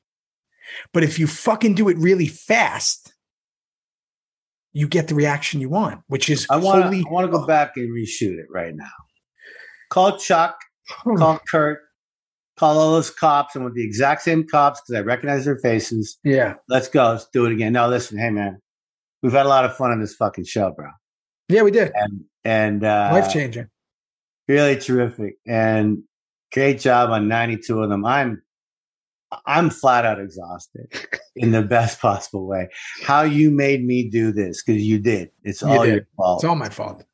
Speaker 1: But if you fucking do it really fast, you get the reaction you want, which is
Speaker 2: I want
Speaker 1: holy
Speaker 2: to. I want to go back and reshoot it right now. Call Chuck.
Speaker 1: fuck.
Speaker 2: Call Kurt. Call all those cops. I want the exact same cops because I recognize their faces.
Speaker 1: Yeah.
Speaker 2: Let's go. Let's do it again. No, listen. Hey, man, we've had a lot of fun on this fucking show, bro.
Speaker 1: Yeah, we did.
Speaker 2: And and uh,
Speaker 1: Life changing.
Speaker 2: really terrific and great job on 92 of them i'm i'm flat out exhausted in the best possible way how you made me do this because you did it's
Speaker 1: You
Speaker 2: all
Speaker 1: did.
Speaker 2: your fault
Speaker 1: It's all my fault.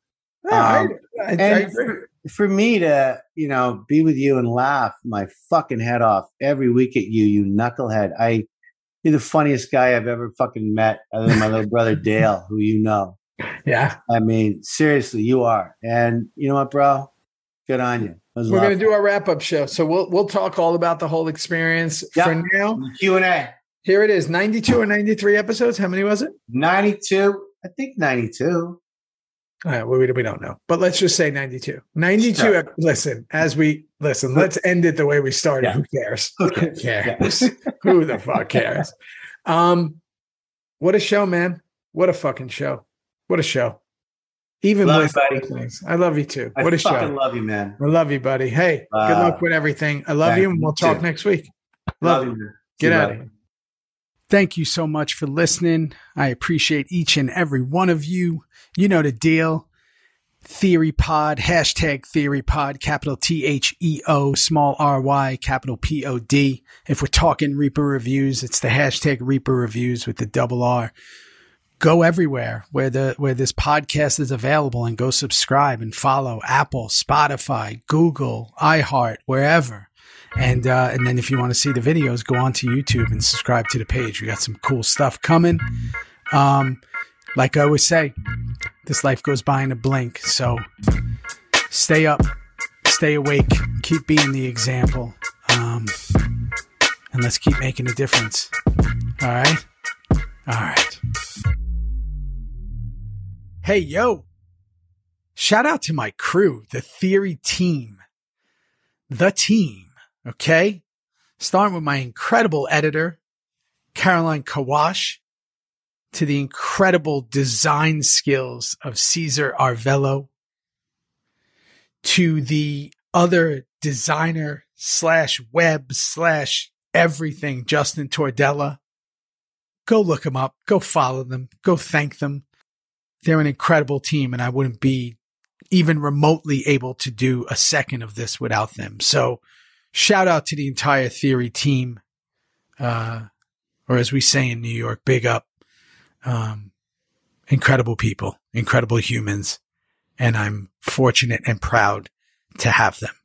Speaker 2: Um,
Speaker 1: I, I- I
Speaker 2: and
Speaker 1: agree.
Speaker 2: for, for me to you know be with you and laugh my fucking head off every week at you you knucklehead i you're the funniest guy i've ever fucking met other than my little brother dale who you know
Speaker 1: Yeah.
Speaker 2: i mean seriously you are and you know what bro good on you It was a
Speaker 1: We're
Speaker 2: lot
Speaker 1: going
Speaker 2: of
Speaker 1: to do our wrap up show. So we'll we'll talk all about the whole experience.
Speaker 2: Yeah.
Speaker 1: For now,
Speaker 2: Q and A.
Speaker 1: here it is 92 or 93 episodes. How many was it?
Speaker 2: Ninety-two. I think ninety-two.
Speaker 1: All right, well, we, we don't know, but let's just say 92. 92.
Speaker 2: Sure.
Speaker 1: ep- Listen, as we listen, let's end it the way we started.
Speaker 2: Yeah.
Speaker 1: Who cares?
Speaker 2: Okay.
Speaker 1: Who cares? Who the fuck cares? Um, what a show, man. What a fucking show. What a show. Even
Speaker 2: Love
Speaker 1: with
Speaker 2: you, buddy.
Speaker 1: other things. I love you too.
Speaker 2: I
Speaker 1: What a
Speaker 2: fucking
Speaker 1: show.
Speaker 2: love you, man.
Speaker 1: I love you, buddy. Hey, good
Speaker 2: Uh,
Speaker 1: luck with everything. I love
Speaker 2: thank
Speaker 1: you, and
Speaker 2: you
Speaker 1: we'll talk
Speaker 2: too.
Speaker 1: next week.
Speaker 2: Love you, man.
Speaker 1: Get
Speaker 2: See you,
Speaker 1: out of
Speaker 2: brother.
Speaker 1: here. Thank you so much for listening. I appreciate each and every one of you. You know the deal. Theory Pod, hashtag Theory Pod, capital T H E O, small R Y, capital P O D. If we're talking Reaper reviews, it's the hashtag Reaper reviews with the double R. Go everywhere where the where this podcast is available and go subscribe and follow Apple, Spotify, Google, iHeart, wherever. And uh, and then if you want to see the videos, go on to YouTube and subscribe to the page. We got some cool stuff coming. Um, like I always say, this life goes by in a blink. So stay up, stay awake, keep being the example, um, and let's keep making a difference. All right, all right. Hey yo! Shout out to my crew, the Theory Team, the team. Okay. Starting with my incredible editor, Caroline Kawash, to the incredible design skills of Caesar Arvello, to the other designer slash web slash everything, Justin Tordella. Go look them up. Go follow them. Go thank them. They're an incredible team, and I wouldn't be even remotely able to do a second of this without them. So, shout out to the entire theory team uh or as we say in new york big up um incredible people incredible humans and i'm fortunate and proud to have them